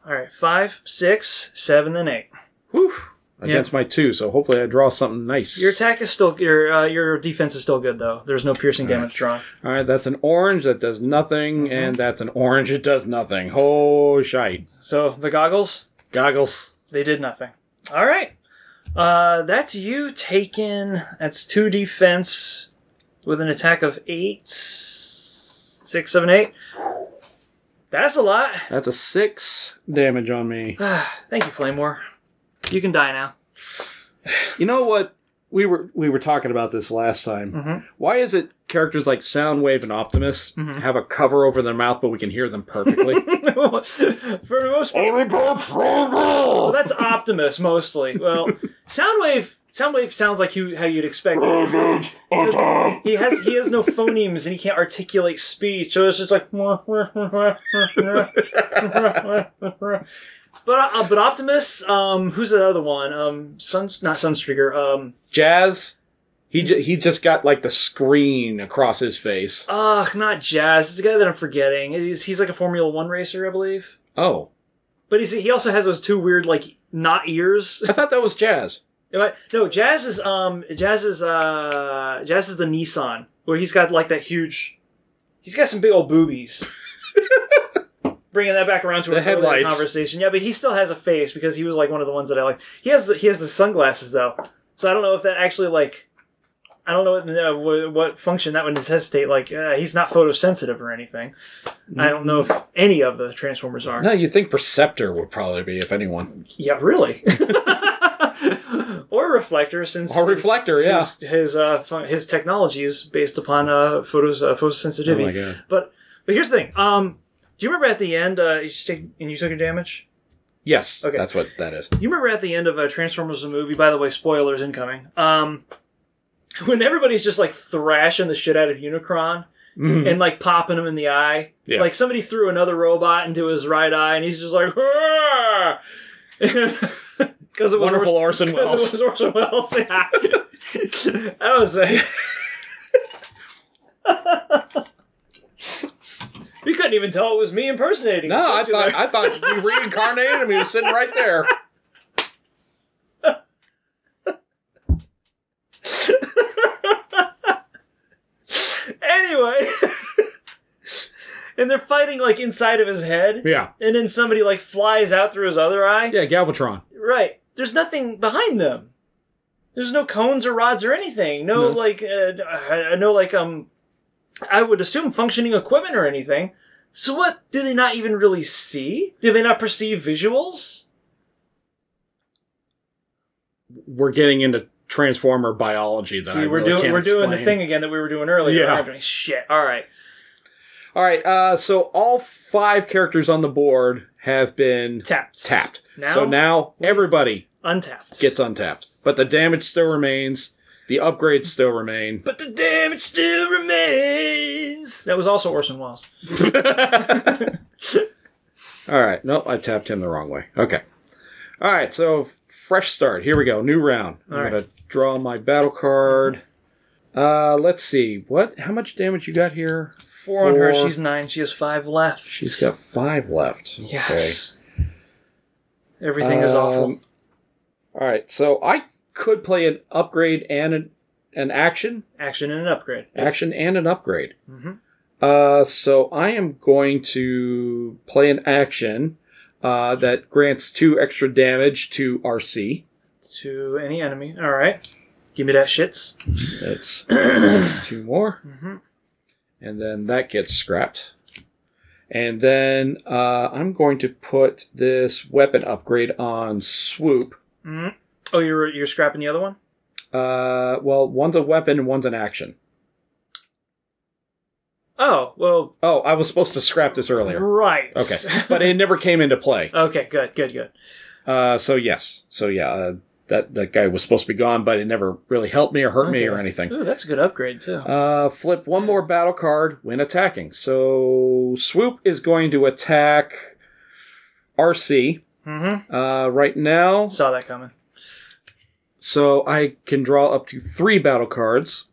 S3: All right. Five, six, seven, and eight.
S2: Whew, against my two, so hopefully I draw something nice.
S3: Your attack is still your uh, your defense is still good though. There's no piercing damage drawn.
S2: All right, that's an orange that does nothing,
S3: Mm-hmm.
S2: and that's an orange it does nothing. Oh shite!
S3: So the goggles,
S2: Goggles.
S3: they did nothing. All right, uh, that's you taking. That's two defense with an attack of eight, six, seven, eight. That's a lot.
S2: That's a six damage on me.
S3: Thank you, Flamewar. You can die now.
S2: You know what? we were we were talking about this last time.
S3: Mhm.
S2: Why is it characters like Soundwave and Optimus
S3: Mm-hmm.
S2: have a cover over their mouth, but we can hear them perfectly?
S3: For the most part, well, that's Optimus mostly. Well, Soundwave, Soundwave sounds like you, how you'd expect. he has he has no phonemes and he can't articulate speech, so it's just like. but uh, but Optimus, um, who's that other one? Um, Sun, not Sunstreaker. Um,
S2: Jazz, he ju- he just got like the screen across his face.
S3: ugh, not Jazz. It's the guy that I'm forgetting. He's, he's like a Formula One racer, I believe.
S2: Oh,
S3: But he's, he also has those two weird like not ears.
S2: I thought that was Jazz.
S3: Am I- no, Jazz is um Jazz is uh Jazz is the Nissan where he's got like that huge. He's got some big old boobies. Bringing that back around to
S2: The
S3: our earlier
S2: headlights.
S3: conversation, yeah, but he still has a face because he was like one of the ones that I liked. He has the he has the sunglasses though, so I don't know if that actually like, I don't know what uh, what, what function that would necessitate. Like uh, he's not photosensitive or anything. I don't know if any of the Transformers are.
S2: No, you think Perceptor would probably be if anyone
S3: Yeah, really. or reflector, since
S2: or
S3: his-
S2: Reflector. Yeah.
S3: his his, uh, fu- his technology is based upon uh, photos uh,
S2: Oh my
S3: photosensitivity.
S2: god.
S3: but but here's the thing. Um, do you remember at the end? Uh, you just take, and you took your damage.
S2: Yes,
S3: Okay.
S2: that's what that is.
S3: You remember at the end of uh, Transformers the movie? By the way, spoilers incoming. Um, when everybody's just like thrashing the shit out of Unicron and like popping him in the eye.
S2: Mm-hmm. Yeah.
S3: Like somebody threw another robot into his right eye, and he's just like, because it was
S2: Wonderful Orson
S3: Because
S2: Welles.
S3: it was Orson Welles. Yeah. I was like, you couldn't even tell it was me impersonating. it,
S2: No, I
S3: could you?
S2: thought I thought we reincarnated him. He was sitting right there.
S3: anyway, and they're fighting like inside of his head,
S2: Yeah,
S3: and then somebody like flies out through his other eye.
S2: yeah, Galvatron.
S3: Right. There's nothing behind them. There's no cones or rods or anything. No,
S2: No.
S3: like, uh, uh, no, like, um, I would assume functioning equipment or anything. So what do they not even really see? Do they not perceive visuals?
S2: We're getting into Transformer biology. That I
S3: see, we're
S2: really
S3: doing
S2: can't
S3: we're doing the
S2: explain.
S3: thing again that we were doing earlier.
S2: Yeah.
S3: I'm doing- Shit. All right.
S2: All right, uh, so all five characters on the board have been
S3: Tapped.
S2: tapped.
S3: Now-
S2: so now everybody
S3: Untapped.
S2: gets untapped, but the damage still remains. The upgrades still remain.
S3: But the damage still remains. That was also Orson Welles.
S2: All right, nope, I tapped him the wrong way. Okay. All right, so fresh start. Here we go. New round. I'm
S3: All right.
S2: gonna draw my battle card. Uh, let's see what. How much damage you got here?
S3: Four, on her.
S2: Four.
S3: She's nine. She has five left.
S2: She's got five left. Okay.
S3: Yes. Everything is
S2: Um,
S3: awful.
S2: All right, so I could play an upgrade and an, an action,
S3: Action and an upgrade.
S2: action and an upgrade.
S3: Mhm.
S2: Uh, so I am going to play an action uh, that grants two extra damage to RC.
S3: To any enemy. All right. Give me that shits. Mm-hmm.
S2: That's two more,
S3: Mhm.
S2: and then that gets scrapped. And then uh, I'm going to put this weapon upgrade on swoop.
S3: Mm. Oh, you're you're scrapping the other one.
S2: Uh, well, one's a weapon and one's an action.
S3: Oh well,
S2: Oh, I was supposed to scrap this earlier.
S3: right.
S2: Okay, but it never came into play.
S3: okay. Good. Good. Good.
S2: Uh, so yes, so yeah, uh, that that guy was supposed to be gone, but it never really helped me or hurt me or
S3: Okay.
S2: anything.
S3: Ooh, that's a good upgrade too.
S2: Uh, flip one more battle card when attacking. So swoop is going to attack RC
S3: mm-hmm.
S2: uh, right now,
S3: Saw that coming.
S2: so I can draw up to three battle cards.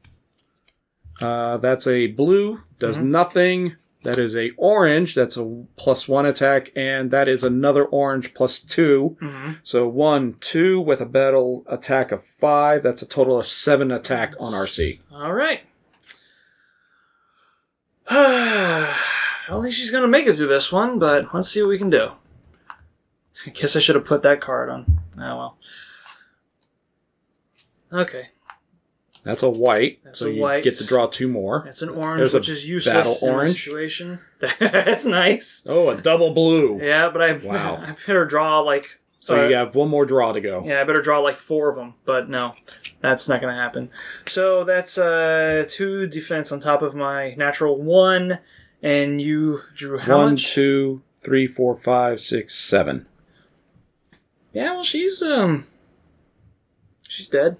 S2: Uh, that's a blue, does
S3: Mm-hmm.
S2: nothing. That is a orange, that's a plus one attack, and that is another orange plus two.
S3: Mm-hmm.
S2: So one, two with a battle attack of five. That's a total of seven attack on RC.
S3: All right. I don't think she's gonna make it through this one, but let's see what we can do. I guess I should have put that card on. Oh well. Okay.
S2: That's a white.
S3: That's
S2: so
S3: a
S2: you
S3: white.
S2: get to draw two more.
S3: That's an orange,
S2: There's a
S3: which is
S2: battle
S3: useless in
S2: orange.
S3: this situation. That's nice.
S2: Oh, a double blue.
S3: Yeah, but I
S2: Wow.
S3: I better draw like
S2: So
S3: Alright.
S2: you have one more draw to go.
S3: Yeah, I better draw like four of them, but no, that's not going to happen. So that's uh, two defense on top of my natural one, and you drew how
S2: One,
S3: much?
S2: two, three, four, five, six, seven.
S3: Yeah, well, she's um, she's dead.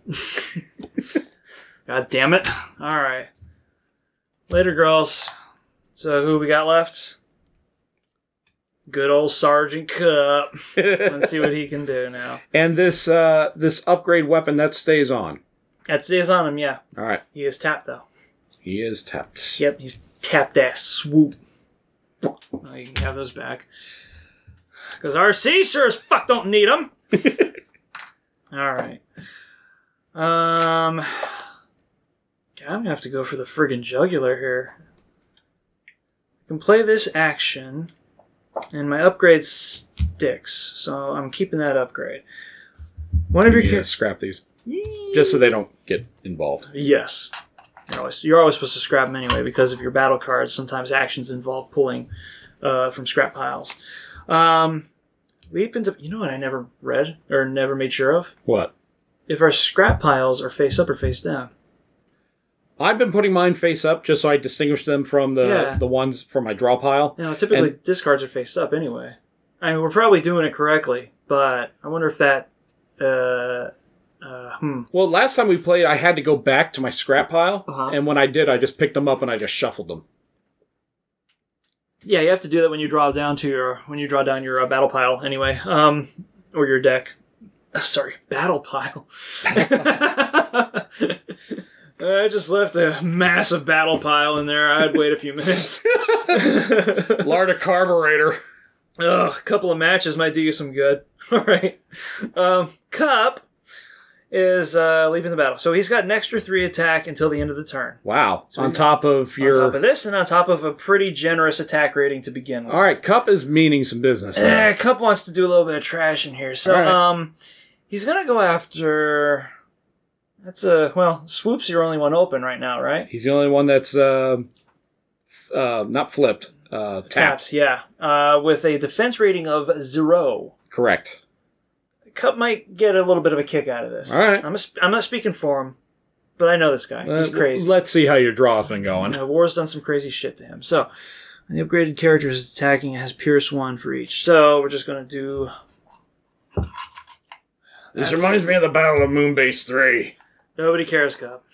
S3: God damn it! All right, later, girls. So who we got left? Good old Sergeant Cup. Let's see what he can do now.
S2: and this uh, this upgrade weapon that stays on.
S3: That stays on him. Yeah,
S2: All right,
S3: he is tapped though.
S2: he is tapped.
S3: Yep, he's tapped that swoop. Oh, you can have those back. Because RC sure as fuck don't need them. All right. Um, God, I'm gonna have to go for the friggin' jugular here. I can play this action, and my upgrade sticks, so I'm keeping that upgrade. One of your
S2: You need to
S3: kids.
S2: uh, scrap these just so they don't get involved.
S3: Yes. You're always, you're always supposed to scrap them anyway because of your battle cards. Sometimes actions involve pulling uh, from scrap piles. Um, leap into. You know what I never read or never made sure of?
S2: What?
S3: If our scrap piles are face up or face down.
S2: I've been putting mine face up just so I distinguish them from the
S3: Yeah.
S2: the ones from my draw pile.
S3: Now, typically discards are face up anyway. I mean, we're probably doing it correctly, but I wonder if that. Uh, uh, hmm.
S2: Well, last time we played, I had to go back to my scrap pile,
S3: Uh-huh.
S2: and when I did, I just picked them up and I just shuffled them.
S3: Yeah, you have to do that when you draw down to your when you draw down your uh, battle pile anyway, um, or your deck. Uh, Sorry, battle pile. I just left a massive battle pile in there. I'd wait a few minutes.
S2: Lard a carburetor.
S3: Ugh, a couple of matches might do you some good. All right. Um, Cup is uh, leaving the battle, so he's got an extra three attack until the end of the turn.
S2: Wow! on
S3: we-
S2: top of
S3: On
S2: your
S3: top of this, and on top of a pretty generous attack rating to begin with.
S2: all right, cup is meaning some business. now.
S3: Eh, Cup wants to do a little bit of trash in here, so
S2: All right.
S3: um, he's gonna go after. That's a well. Swoop's your only one open right now, right?
S2: He's the only one that's uh, f- uh, not flipped, uh, tapped.
S3: Tapped, yeah. Uh, with a defense rating of zero,
S2: Correct.
S3: Cup might get a little bit of a kick out of this.
S2: All right.
S3: I'm a sp- I'm not speaking for him, but I know this guy.
S2: Uh,
S3: He's crazy.
S2: Let's see how your draw's been going.
S3: Uh, War's done some crazy shit to him. So, the upgraded character is attacking. It has Pierce one for each. So we're just gonna do.
S2: This
S3: That's-
S2: reminds me of the Battle of Moonbase Three.
S3: Nobody cares, Cup.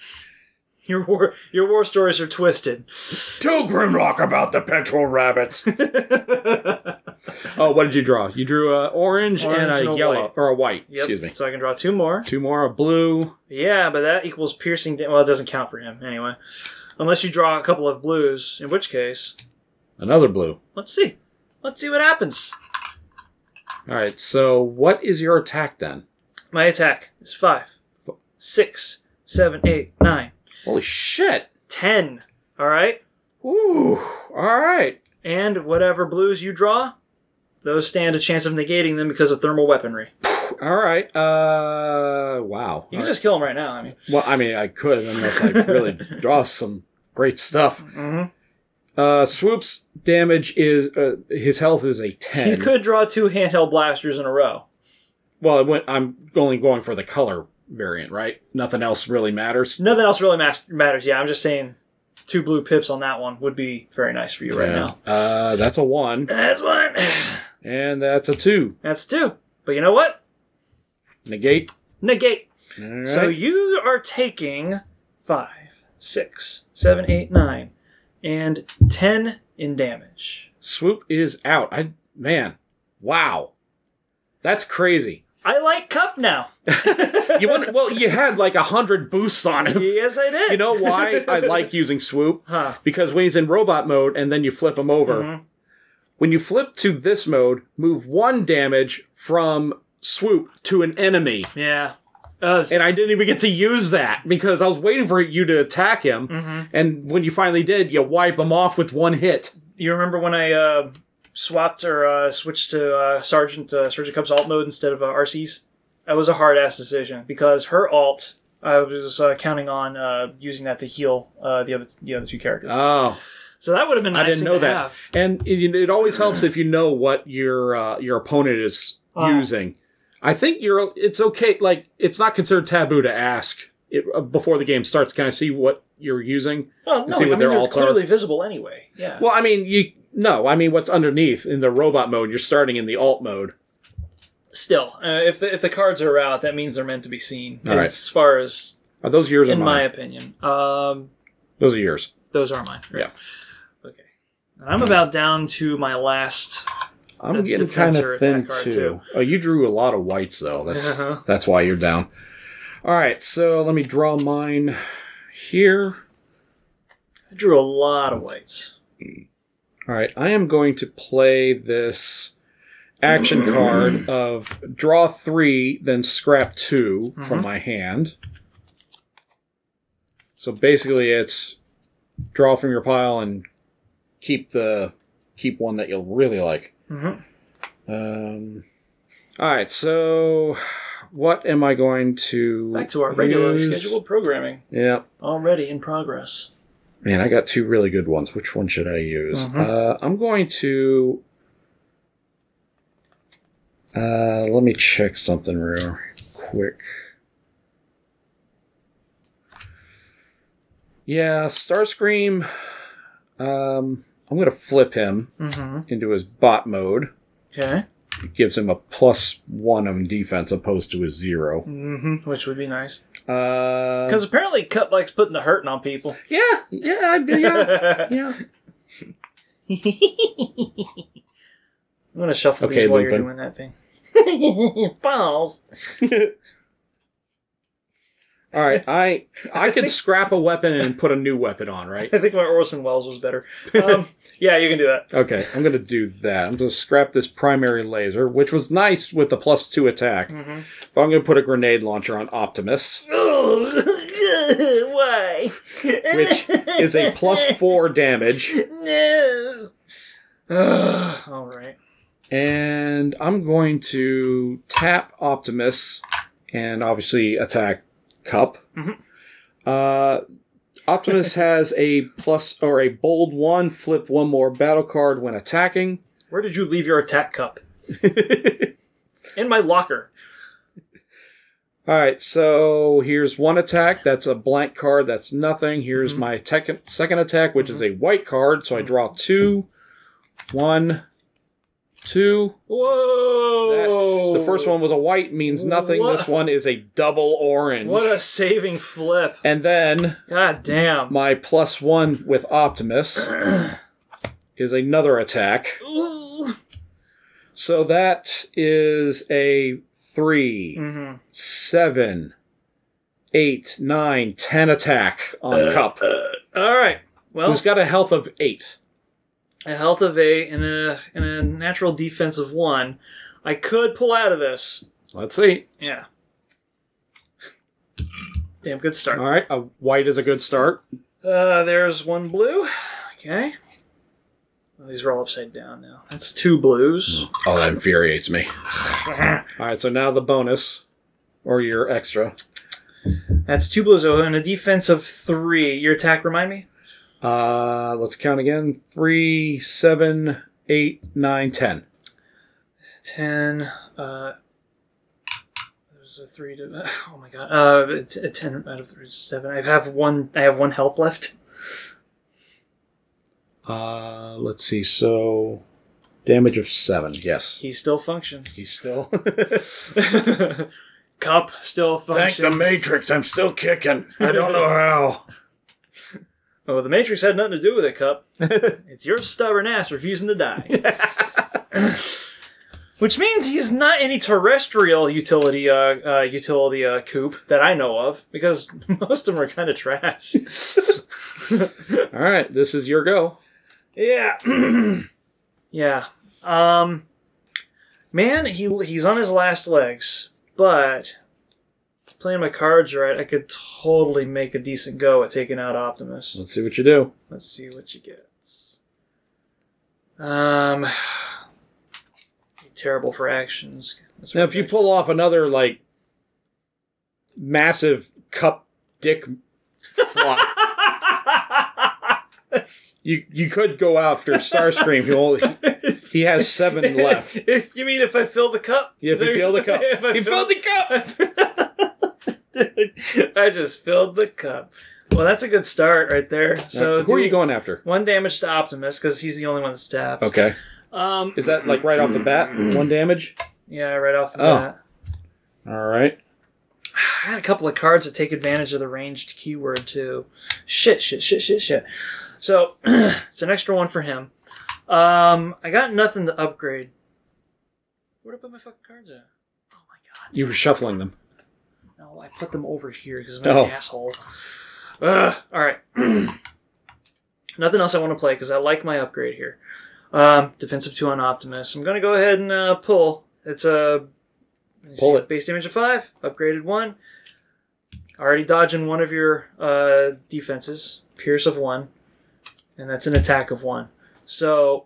S3: Your war, your war stories are twisted.
S2: Tell Grimrock about the petrol rabbits. oh, what did you draw? You drew a orange,
S3: Orange
S2: and a
S3: and a
S2: yellow
S3: white.
S2: or a white.
S3: Yep.
S2: Excuse me.
S3: So I can draw two more.
S2: Two more, a blue.
S3: Yeah, but that equals piercing. Da- well, it doesn't count for him anyway, unless you draw a couple of blues. In which case,
S2: Another blue.
S3: let's see. Let's see what happens.
S2: All right. So, what is your attack then?
S3: My attack is five, six, seven, eight, nine,
S2: Holy shit!
S3: ten. All right,
S2: Ooh. All right.
S3: and whatever blues you draw, those stand a chance of negating them because of thermal weaponry.
S2: All right. Uh. Wow.
S3: You
S2: All
S3: can just kill them right now. I mean,
S2: right. Well, I mean, I could unless I really draw some great stuff.
S3: Mhm.
S2: Uh, Swoop's damage is uh, his health is a ten.
S3: you could draw two handheld blasters in a row.
S2: Well, I went, I'm only going for the color variant, right? Nothing else really matters.
S3: Nothing else really mas- matters. Yeah, I'm just saying, two blue pips on that one would be very nice for you right now.
S2: Uh, that's a one,
S3: That's one.
S2: and that's a two.
S3: That's two. But you know what?
S2: Negate.
S3: Negate.
S2: All right.
S3: So you are taking five, six, seven, eight, nine, and ten in damage.
S2: Swoop is out. I man, wow, that's crazy.
S3: I like Cup now.
S2: You wonder, well, you had like a hundred boosts on him.
S3: yes, I did.
S2: You know why I like using Swoop?
S3: Huh.
S2: Because when he's in robot mode, and then you flip him over.
S3: Mhm.
S2: When you flip to this mode, move one damage from Swoop to an enemy.
S3: Yeah. Uh,
S2: and I didn't even get to use that because I was waiting for you to attack him.
S3: Mm. mm-hmm.
S2: And when you finally did, you wipe him off with one hit.
S3: you remember when I uh, swapped or uh, switched to uh, Sergeant uh, Sergeant Cup's alt mode instead of uh, RC's? That was a hard ass decision because her alt I was uh, counting on uh, using that to heal uh, the other the other two characters.
S2: Oh,
S3: So that would have been
S2: I
S3: nice.
S2: didn't know
S3: to
S2: that.
S3: have.
S2: And it, it always helps if you know what your uh, your opponent is
S3: Ah.
S2: using. I think you're. It's okay. Like it's not considered taboo to ask it, uh, before the game starts. Can I see what you're using?
S3: Well,
S2: And
S3: no,
S2: see
S3: I
S2: what
S3: mean,
S2: their
S3: they're
S2: alts are.
S3: clearly visible anyway. Yeah.
S2: Well, I mean, you no. I mean, what's underneath in the robot mode? You're starting in the alt mode.
S3: Still, uh, if the if the cards are out, that means they're meant to be seen.
S2: All right.
S3: As far as
S2: Are those yours or
S3: in my
S2: mine?
S3: opinion, um,
S2: those are yours.
S3: those are mine.
S2: Yeah.
S3: Okay. And I'm about down to my last.
S2: I'm
S3: A
S2: getting
S3: defense
S2: kind
S3: or
S2: of thin
S3: attack card,
S2: too.
S3: too.
S2: Oh, you drew a lot of whites though. That's
S3: Uh-huh.
S2: that's why you're down. All right, so let me draw mine here.
S3: I drew a lot of whites.
S2: All right, I am going to play this action card of draw three, then scrap 2
S3: Mm-hmm.
S2: from my hand. So basically, it's draw from your pile and keep the keep one that you'll really like.
S3: Mm-hmm.
S2: Um, all right, so what am I going to
S3: Back to our regularly
S2: use?
S3: scheduled programming
S2: Yeah,
S3: already in progress.
S2: man, I got two really good ones. Which one should I use?
S3: Mhm.
S2: Uh, I'm going to. Uh, let me check something real quick. Yeah, Starscream. Um, I'm going to flip him
S3: Mm-hmm.
S2: into his bot mode.
S3: Okay.
S2: gives him a plus one on defense opposed to a zero.
S3: Mm-hmm. Which would be nice.
S2: Uh,
S3: Because apparently, Cut likes putting the hurting on people.
S2: yeah, yeah, I'd be- yeah, yeah.
S3: I'm gonna shuffle
S2: Okay,
S3: these while you're
S2: Lupin.
S3: doing that thing. Balls.
S2: All right, I I
S3: think-
S2: could scrap a weapon and put a new weapon on, right?
S3: I think my Orson Welles was better. Um, yeah, you can do that.
S2: Okay, I'm gonna do that. I'm gonna scrap this primary laser, which was nice with the plus two attack.
S3: Mm-hmm.
S2: But I'm gonna put a grenade launcher on Optimus,
S3: Oh, why?
S2: which is a plus four damage.
S3: No. All right.
S2: And I'm going to tap Optimus and obviously attack Cup.
S3: Mhm.
S2: Uh, Optimus has a plus or a bold one, flip one more battle card when attacking.
S3: Where did you leave your attack cup? In my locker.
S2: All right, so here's one attack. That's a blank card. That's nothing. Here's
S3: Mhm.
S2: my tec- second attack, which is
S3: Mm-hmm.
S2: a white card. So I draw two, one, two.
S3: Whoa!
S2: The first one was a white, means nothing.
S3: What?
S2: This one is a double orange.
S3: What a saving flip!
S2: And then
S3: God damn.
S2: my plus one with Optimus is another attack.
S3: Mm-hmm.
S2: So that is a three, seven, eight, nine, ten attack on Cup,
S3: All right. Well,
S2: who's got a health of eight.
S3: a health of eight and a and a natural defense of one. I could pull out of this.
S2: Let's see.
S3: Yeah. Damn good start.
S2: All right, a white is a good start.
S3: Uh, there's one blue. Okay. Oh, these are all upside down now. That's two blues.
S2: Oh, that infuriates me. All right, so now the bonus or your extra.
S3: That's two blues oh, and a defense of three. Your attack, remind me?
S2: Uh, let's count again. Three, seven, eight, nine, ten.
S3: Ten. Uh, there's a three to. Oh my god. Uh, t- a ten out of three is seven. I have one. I have one health left.
S2: Uh, let's see. So, damage of seven. Yes,
S3: He still functions.
S2: he's still.
S3: Cup still functions.
S2: I'm still kicking. I don't know how.
S3: Oh, the Matrix had nothing to do with it, Cup. it's your stubborn ass refusing to die. Which means he's not any terrestrial utility uh, uh, utility uh, coop that I know of, because most of them are kind of trash.
S2: All right, this is your go.
S3: yeah, yeah. Um, man, he he's on his last legs, but playing my cards right, I could totally make a decent go at taking out Optimus.
S2: Let's see what you do.
S3: Let's see what you get. Um, terrible for actions. That's
S2: Now, if you pull off another like massive cup dick flop,
S3: That's
S2: You you could go after Starscream. He only he has seven left.
S3: If- you mean if I fill the cup?
S2: Yeah, if
S3: Is that
S2: you fill the
S3: what you're
S2: cup,
S3: saying? If I
S2: he filled the cup.
S3: I just filled the cup. Well, that's a good start right there. So
S2: who are
S3: do
S2: you going after?
S3: One damage to Optimus because he's the only one that's tapped.
S2: Okay,
S3: Um.
S2: is that like right off the bat? One damage.
S3: Yeah, right off the
S2: Oh.
S3: bat.
S2: All right.
S3: I had a couple of cards that take advantage of the ranged keyword too. Shit, shit, shit, shit, shit. So it's an extra one for him. Um, I got nothing to upgrade. Where did I put my fucking cards at? Oh my god.
S2: You were shuffling them.
S3: No, I put them over here because I'm
S2: Oh.
S3: an asshole. Ugh. All right. Nothing else I want to play because I like my upgrade here. Um, defensive two on Optimus. I'm going to go ahead and uh, pull. It's a let me
S2: Pull
S3: see,
S2: it.
S3: base damage of five, upgraded one. Already dodging one of your uh, defenses, pierce of one, and that's an attack of one. So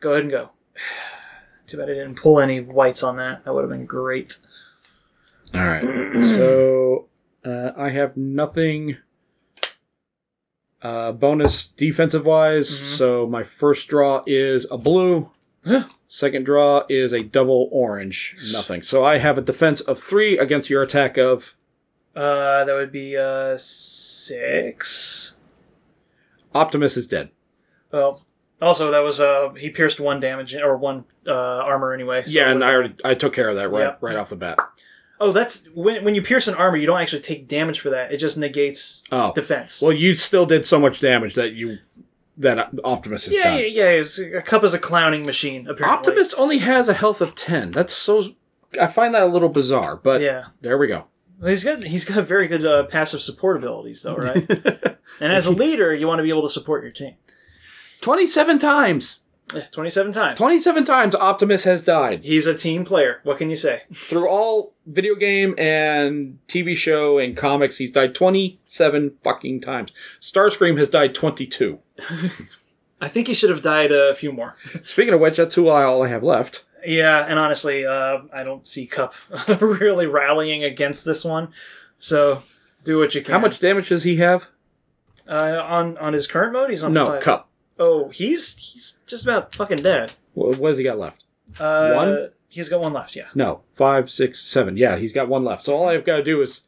S3: go ahead and go. Too bad I didn't pull any whites on that. That would have been great.
S2: All right. so uh, I have nothing uh, bonus defensive wise.
S3: Mhm.
S2: So my first draw is a blue.
S3: Huh.
S2: Second draw is a double orange. Nothing. So I have a defense of three against your attack of.
S3: Uh, that would be uh six.
S2: Optimus is dead.
S3: Well, also that was uh he pierced one damage or one uh armor anyway. so-
S2: yeah, and I already I took care of that right
S3: Yep.
S2: right off the bat.
S3: oh, that's when when you pierce an armor, you don't actually take damage for that. It just negates
S2: Oh,
S3: defense.
S2: well, you still did so much damage that you that Optimus is
S3: yeah,
S2: done.
S3: yeah, yeah. It's, a cup is a clowning machine. Apparently,
S2: Optimus only has a health of ten. That's so. I find that a little bizarre, but
S3: Yeah,
S2: there we go.
S3: Well, he's got he's got very good uh, passive support abilities though, right? and as a leader, you want to be able to support your team. Eh,
S2: Twenty-seven times.
S3: Twenty-seven times.
S2: Twenty-seven times Optimus has died
S3: He's a team player. What can you say?
S2: through all video game and TV show and comics. He's died twenty-seven fucking times. Starscream has died twenty-two.
S3: I think he should have died a few more.
S2: Speaking of which, that's who I all I have left.
S3: Yeah, and honestly, uh, I don't see Cup really rallying against this one. So do what you can.
S2: How much damage does he have?
S3: uh, on on his current mode? He's on
S2: No,
S3: five.
S2: cup.
S3: Oh, he's he's just about fucking dead.
S2: Wha- What has he got left?
S3: Uh,
S2: One?
S3: He's got one left. Yeah.
S2: No, five, six, seven. Yeah, he's got one left. So all I've got to do is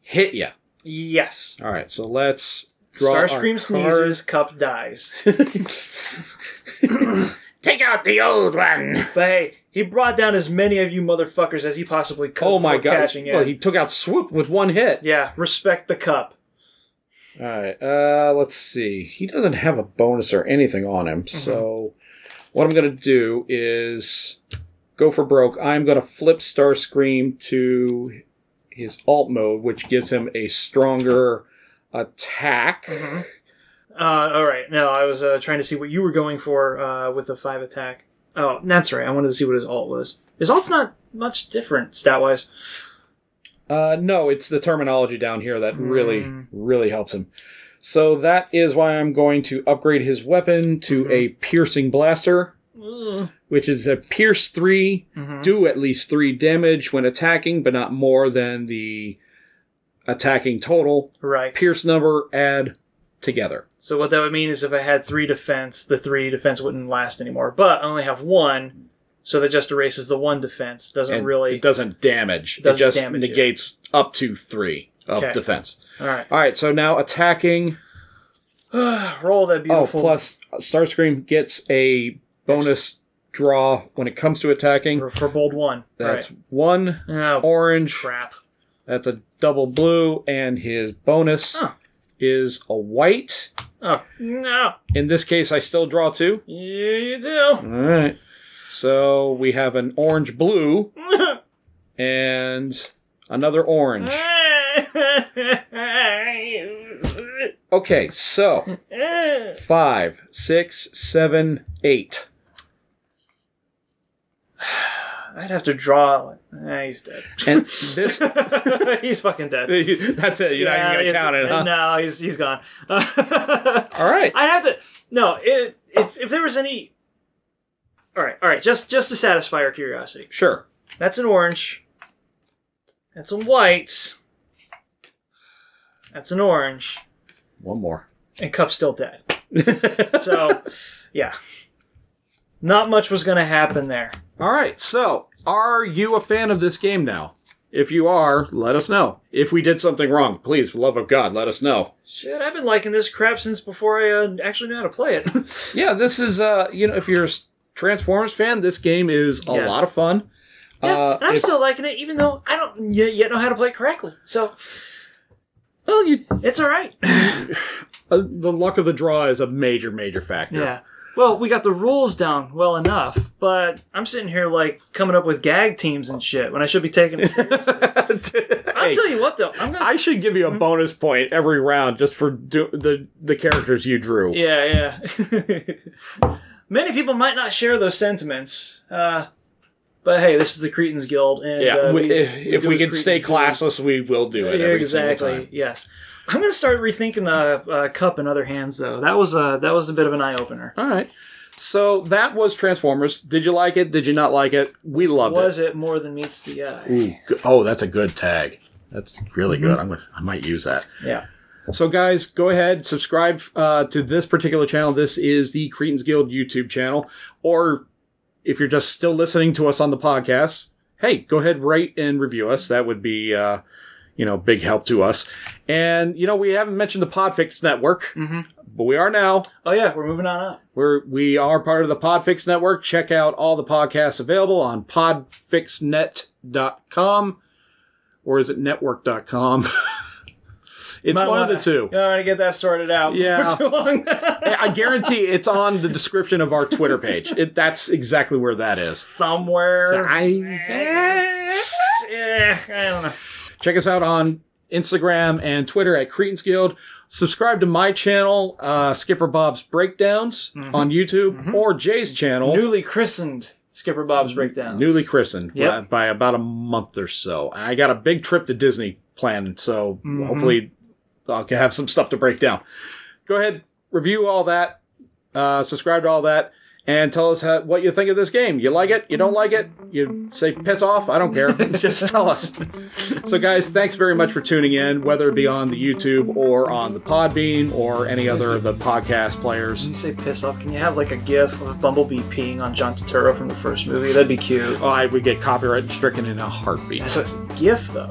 S2: hit you.
S3: Yes.
S2: All right, so let's draw. our
S3: Starscream
S2: card.
S3: sneezes. Cup dies.
S2: Take out the old one.
S3: But hey, he brought down as many of you motherfuckers as he possibly could.
S2: Oh my
S3: before
S2: god!
S3: Catching it.
S2: Well, he took out Swoop with one hit.
S3: yeah. Respect the cup.
S2: All right, uh, let's see. He doesn't have a bonus or anything on him, so what I'm gonna do is go for broke. I'm gonna flip Starscream to his alt mode, which gives him a stronger attack.
S3: Mm-hmm. Uh, all right. No, I was uh, trying to see what you were going for uh, with the five attack. Oh, that's right. I wanted to see what his alt was. His alt's not much different stat wise.
S2: Uh, no, it's the terminology down here that really, really helps him. So that is why I'm going to upgrade his weapon to a piercing blaster, which is a pierce 3 Mm-hmm.
S3: Mm-hmm.
S2: do at least three damage when attacking, but not more than the attacking total.
S3: Right.
S2: Pierce number add together.
S3: So what that would mean is if I had three defense, the three defense wouldn't last anymore. But I only have one, so that just erases the one defense. Doesn't
S2: And
S3: really.
S2: it doesn't damage.
S3: Doesn't
S2: it just
S3: damage you.
S2: negates up to three of
S3: Okay.
S2: defense.
S3: all right.
S2: All right, so now attacking.
S3: Roll that beautiful.
S2: Oh, plus Starscream gets a bonus draw when it comes to attacking.
S3: for, for bold one.
S2: That's one
S3: All right. Oh
S2: orange.
S3: crap.
S2: That's a double blue, and his bonus
S3: Huh.
S2: is a white.
S3: Oh no.
S2: In this case, I still draw two.
S3: Yeah, you do.
S2: All right. So we have an orange blue and another orange. Okay, so five, six, seven, eight.
S3: I'd have to draw. Like, nah, he's dead.
S2: And this.
S3: he's fucking dead.
S2: That's it. You're not even going to
S3: Yeah,
S2: count it,
S3: he's-
S2: huh?
S3: No, he's he's gone. I'd
S2: All right.
S3: have to. No, if, if if there was any. All right, all right. Just just to satisfy our curiosity,
S2: Sure.
S3: that's an orange. That's a white. That's an orange,
S2: One more.
S3: and Cup's still dead. So, yeah. Not much was going to happen there.
S2: All right. So, are you a fan of this game now? If you are, let us know. If we did something wrong, please, for love of God, let us know.
S3: Shit, I've been liking this crap since before I uh, actually knew how to play it.
S2: Yeah, this is uh, you know, if you're a s- Transformers fan, this game is a
S3: Yeah.
S2: lot of fun.
S3: yeah,
S2: uh,
S3: and I'm
S2: if-
S3: still liking it, even though I don't yet, yet know how to play it correctly. So,
S2: well, you,
S3: it's all right.
S2: uh, the luck of the draw is a major, major factor.
S3: Yeah. Well, we got the rules down well enough, but I'm sitting here like coming up with gag teams and shit when I should be taking it seriously. I'll
S2: Hey,
S3: tell you what though, I'm gonna.
S2: I should give you
S3: Hmm?
S2: a bonus point every round just for do- the the characters you drew.
S3: yeah, yeah. Many people might not share those sentiments, uh, but hey, this is the Cretans Guild, and
S2: Yeah,
S3: uh,
S2: we- if,
S3: we
S2: if
S3: do
S2: we
S3: as
S2: can stay
S3: Cretans do.
S2: classless, we will do it.
S3: Yeah,
S2: every single
S3: exactly.
S2: time.
S3: Yes. I'm gonna start rethinking the uh, cup in other hands, though. That was a that was a bit of an eye opener.
S2: All right. So that was Transformers. Did you like it? Did you not like it? We loved it.
S3: Was it more than meets the eye?
S2: Ooh, go- oh, that's a good tag. That's really good. I'm gonna, I might use that.
S3: Yeah.
S2: So, guys, go ahead, subscribe uh, to this particular channel. This is the Cretans Guild YouTube channel. Or if you're just still listening to us on the podcast, hey, go ahead, rate and review us. That would be, uh, you know, big help to us. And, you know, we haven't mentioned the Podfix Network,
S3: Mhm.
S2: but we are now.
S3: Oh yeah, we're moving on up.
S2: We're, we are part of the Podfix Network. Check out all the podcasts available on podfixnet.com or is it network.com? it's
S3: Might
S2: one of
S3: wanna-
S2: the two.
S3: All right, to get that sorted out.
S2: Yeah.
S3: before too long.
S2: I guarantee it's on the description of our Twitter page. It, that's exactly where that is.
S3: Somewhere.
S2: I,
S3: Yeah, I don't know.
S2: check us out on Instagram and Twitter at Cretans Guild. Subscribe to my channel, uh, Skipper Bob's Breakdowns on YouTube, or Jay's channel,
S3: Newly christened Skipper Bob's breakdown.
S2: newly christened
S3: Yep.
S2: uh, by about a month or so. And I got a big trip to Disney planned, so hopefully I'll have some stuff to break down. Go ahead, review all that, uh, subscribe to all that. And tell us how, what you think of this game. You like it? You don't like it? You say piss off? I don't care. Just tell us. So, guys, thanks very much for tuning in, whether it be on the YouTube or on the Podbean or any other of the podcast
S3: You
S2: players.
S3: say piss off. Can you have like a gif of Bumblebee peeing on John Turturro from the first movie? That'd be cute.
S2: Oh, I would get copyright stricken in a heartbeat.
S3: So it's a gif though,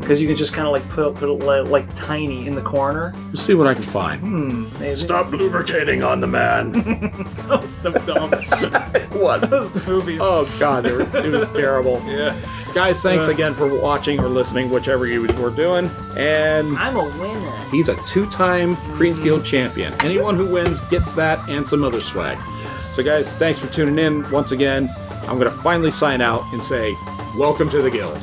S3: because you can just kind of like put put it like, like tiny in the corner.
S2: Let's see what I can find.
S3: Hmm. Maybe.
S2: Stop lubricating on the man.
S3: That was so dumb.
S2: what?
S3: Those movies.
S2: Oh god, they were- it was terrible.
S3: yeah.
S2: Guys, thanks again for watching or listening, whichever you were doing. And
S3: I'm a winner.
S2: he's a two-time Creed's Guild champion. Anyone who wins gets that and some other swag. So guys, thanks for tuning in once again. I'm gonna finally sign out and say, welcome to the guild.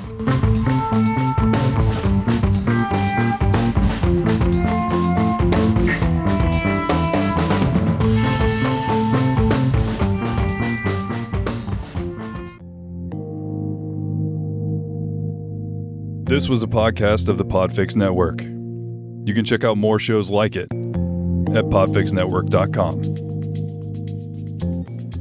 S1: This was a podcast of the Podfix Network. You can check out more shows like it at podfixnetwork.com.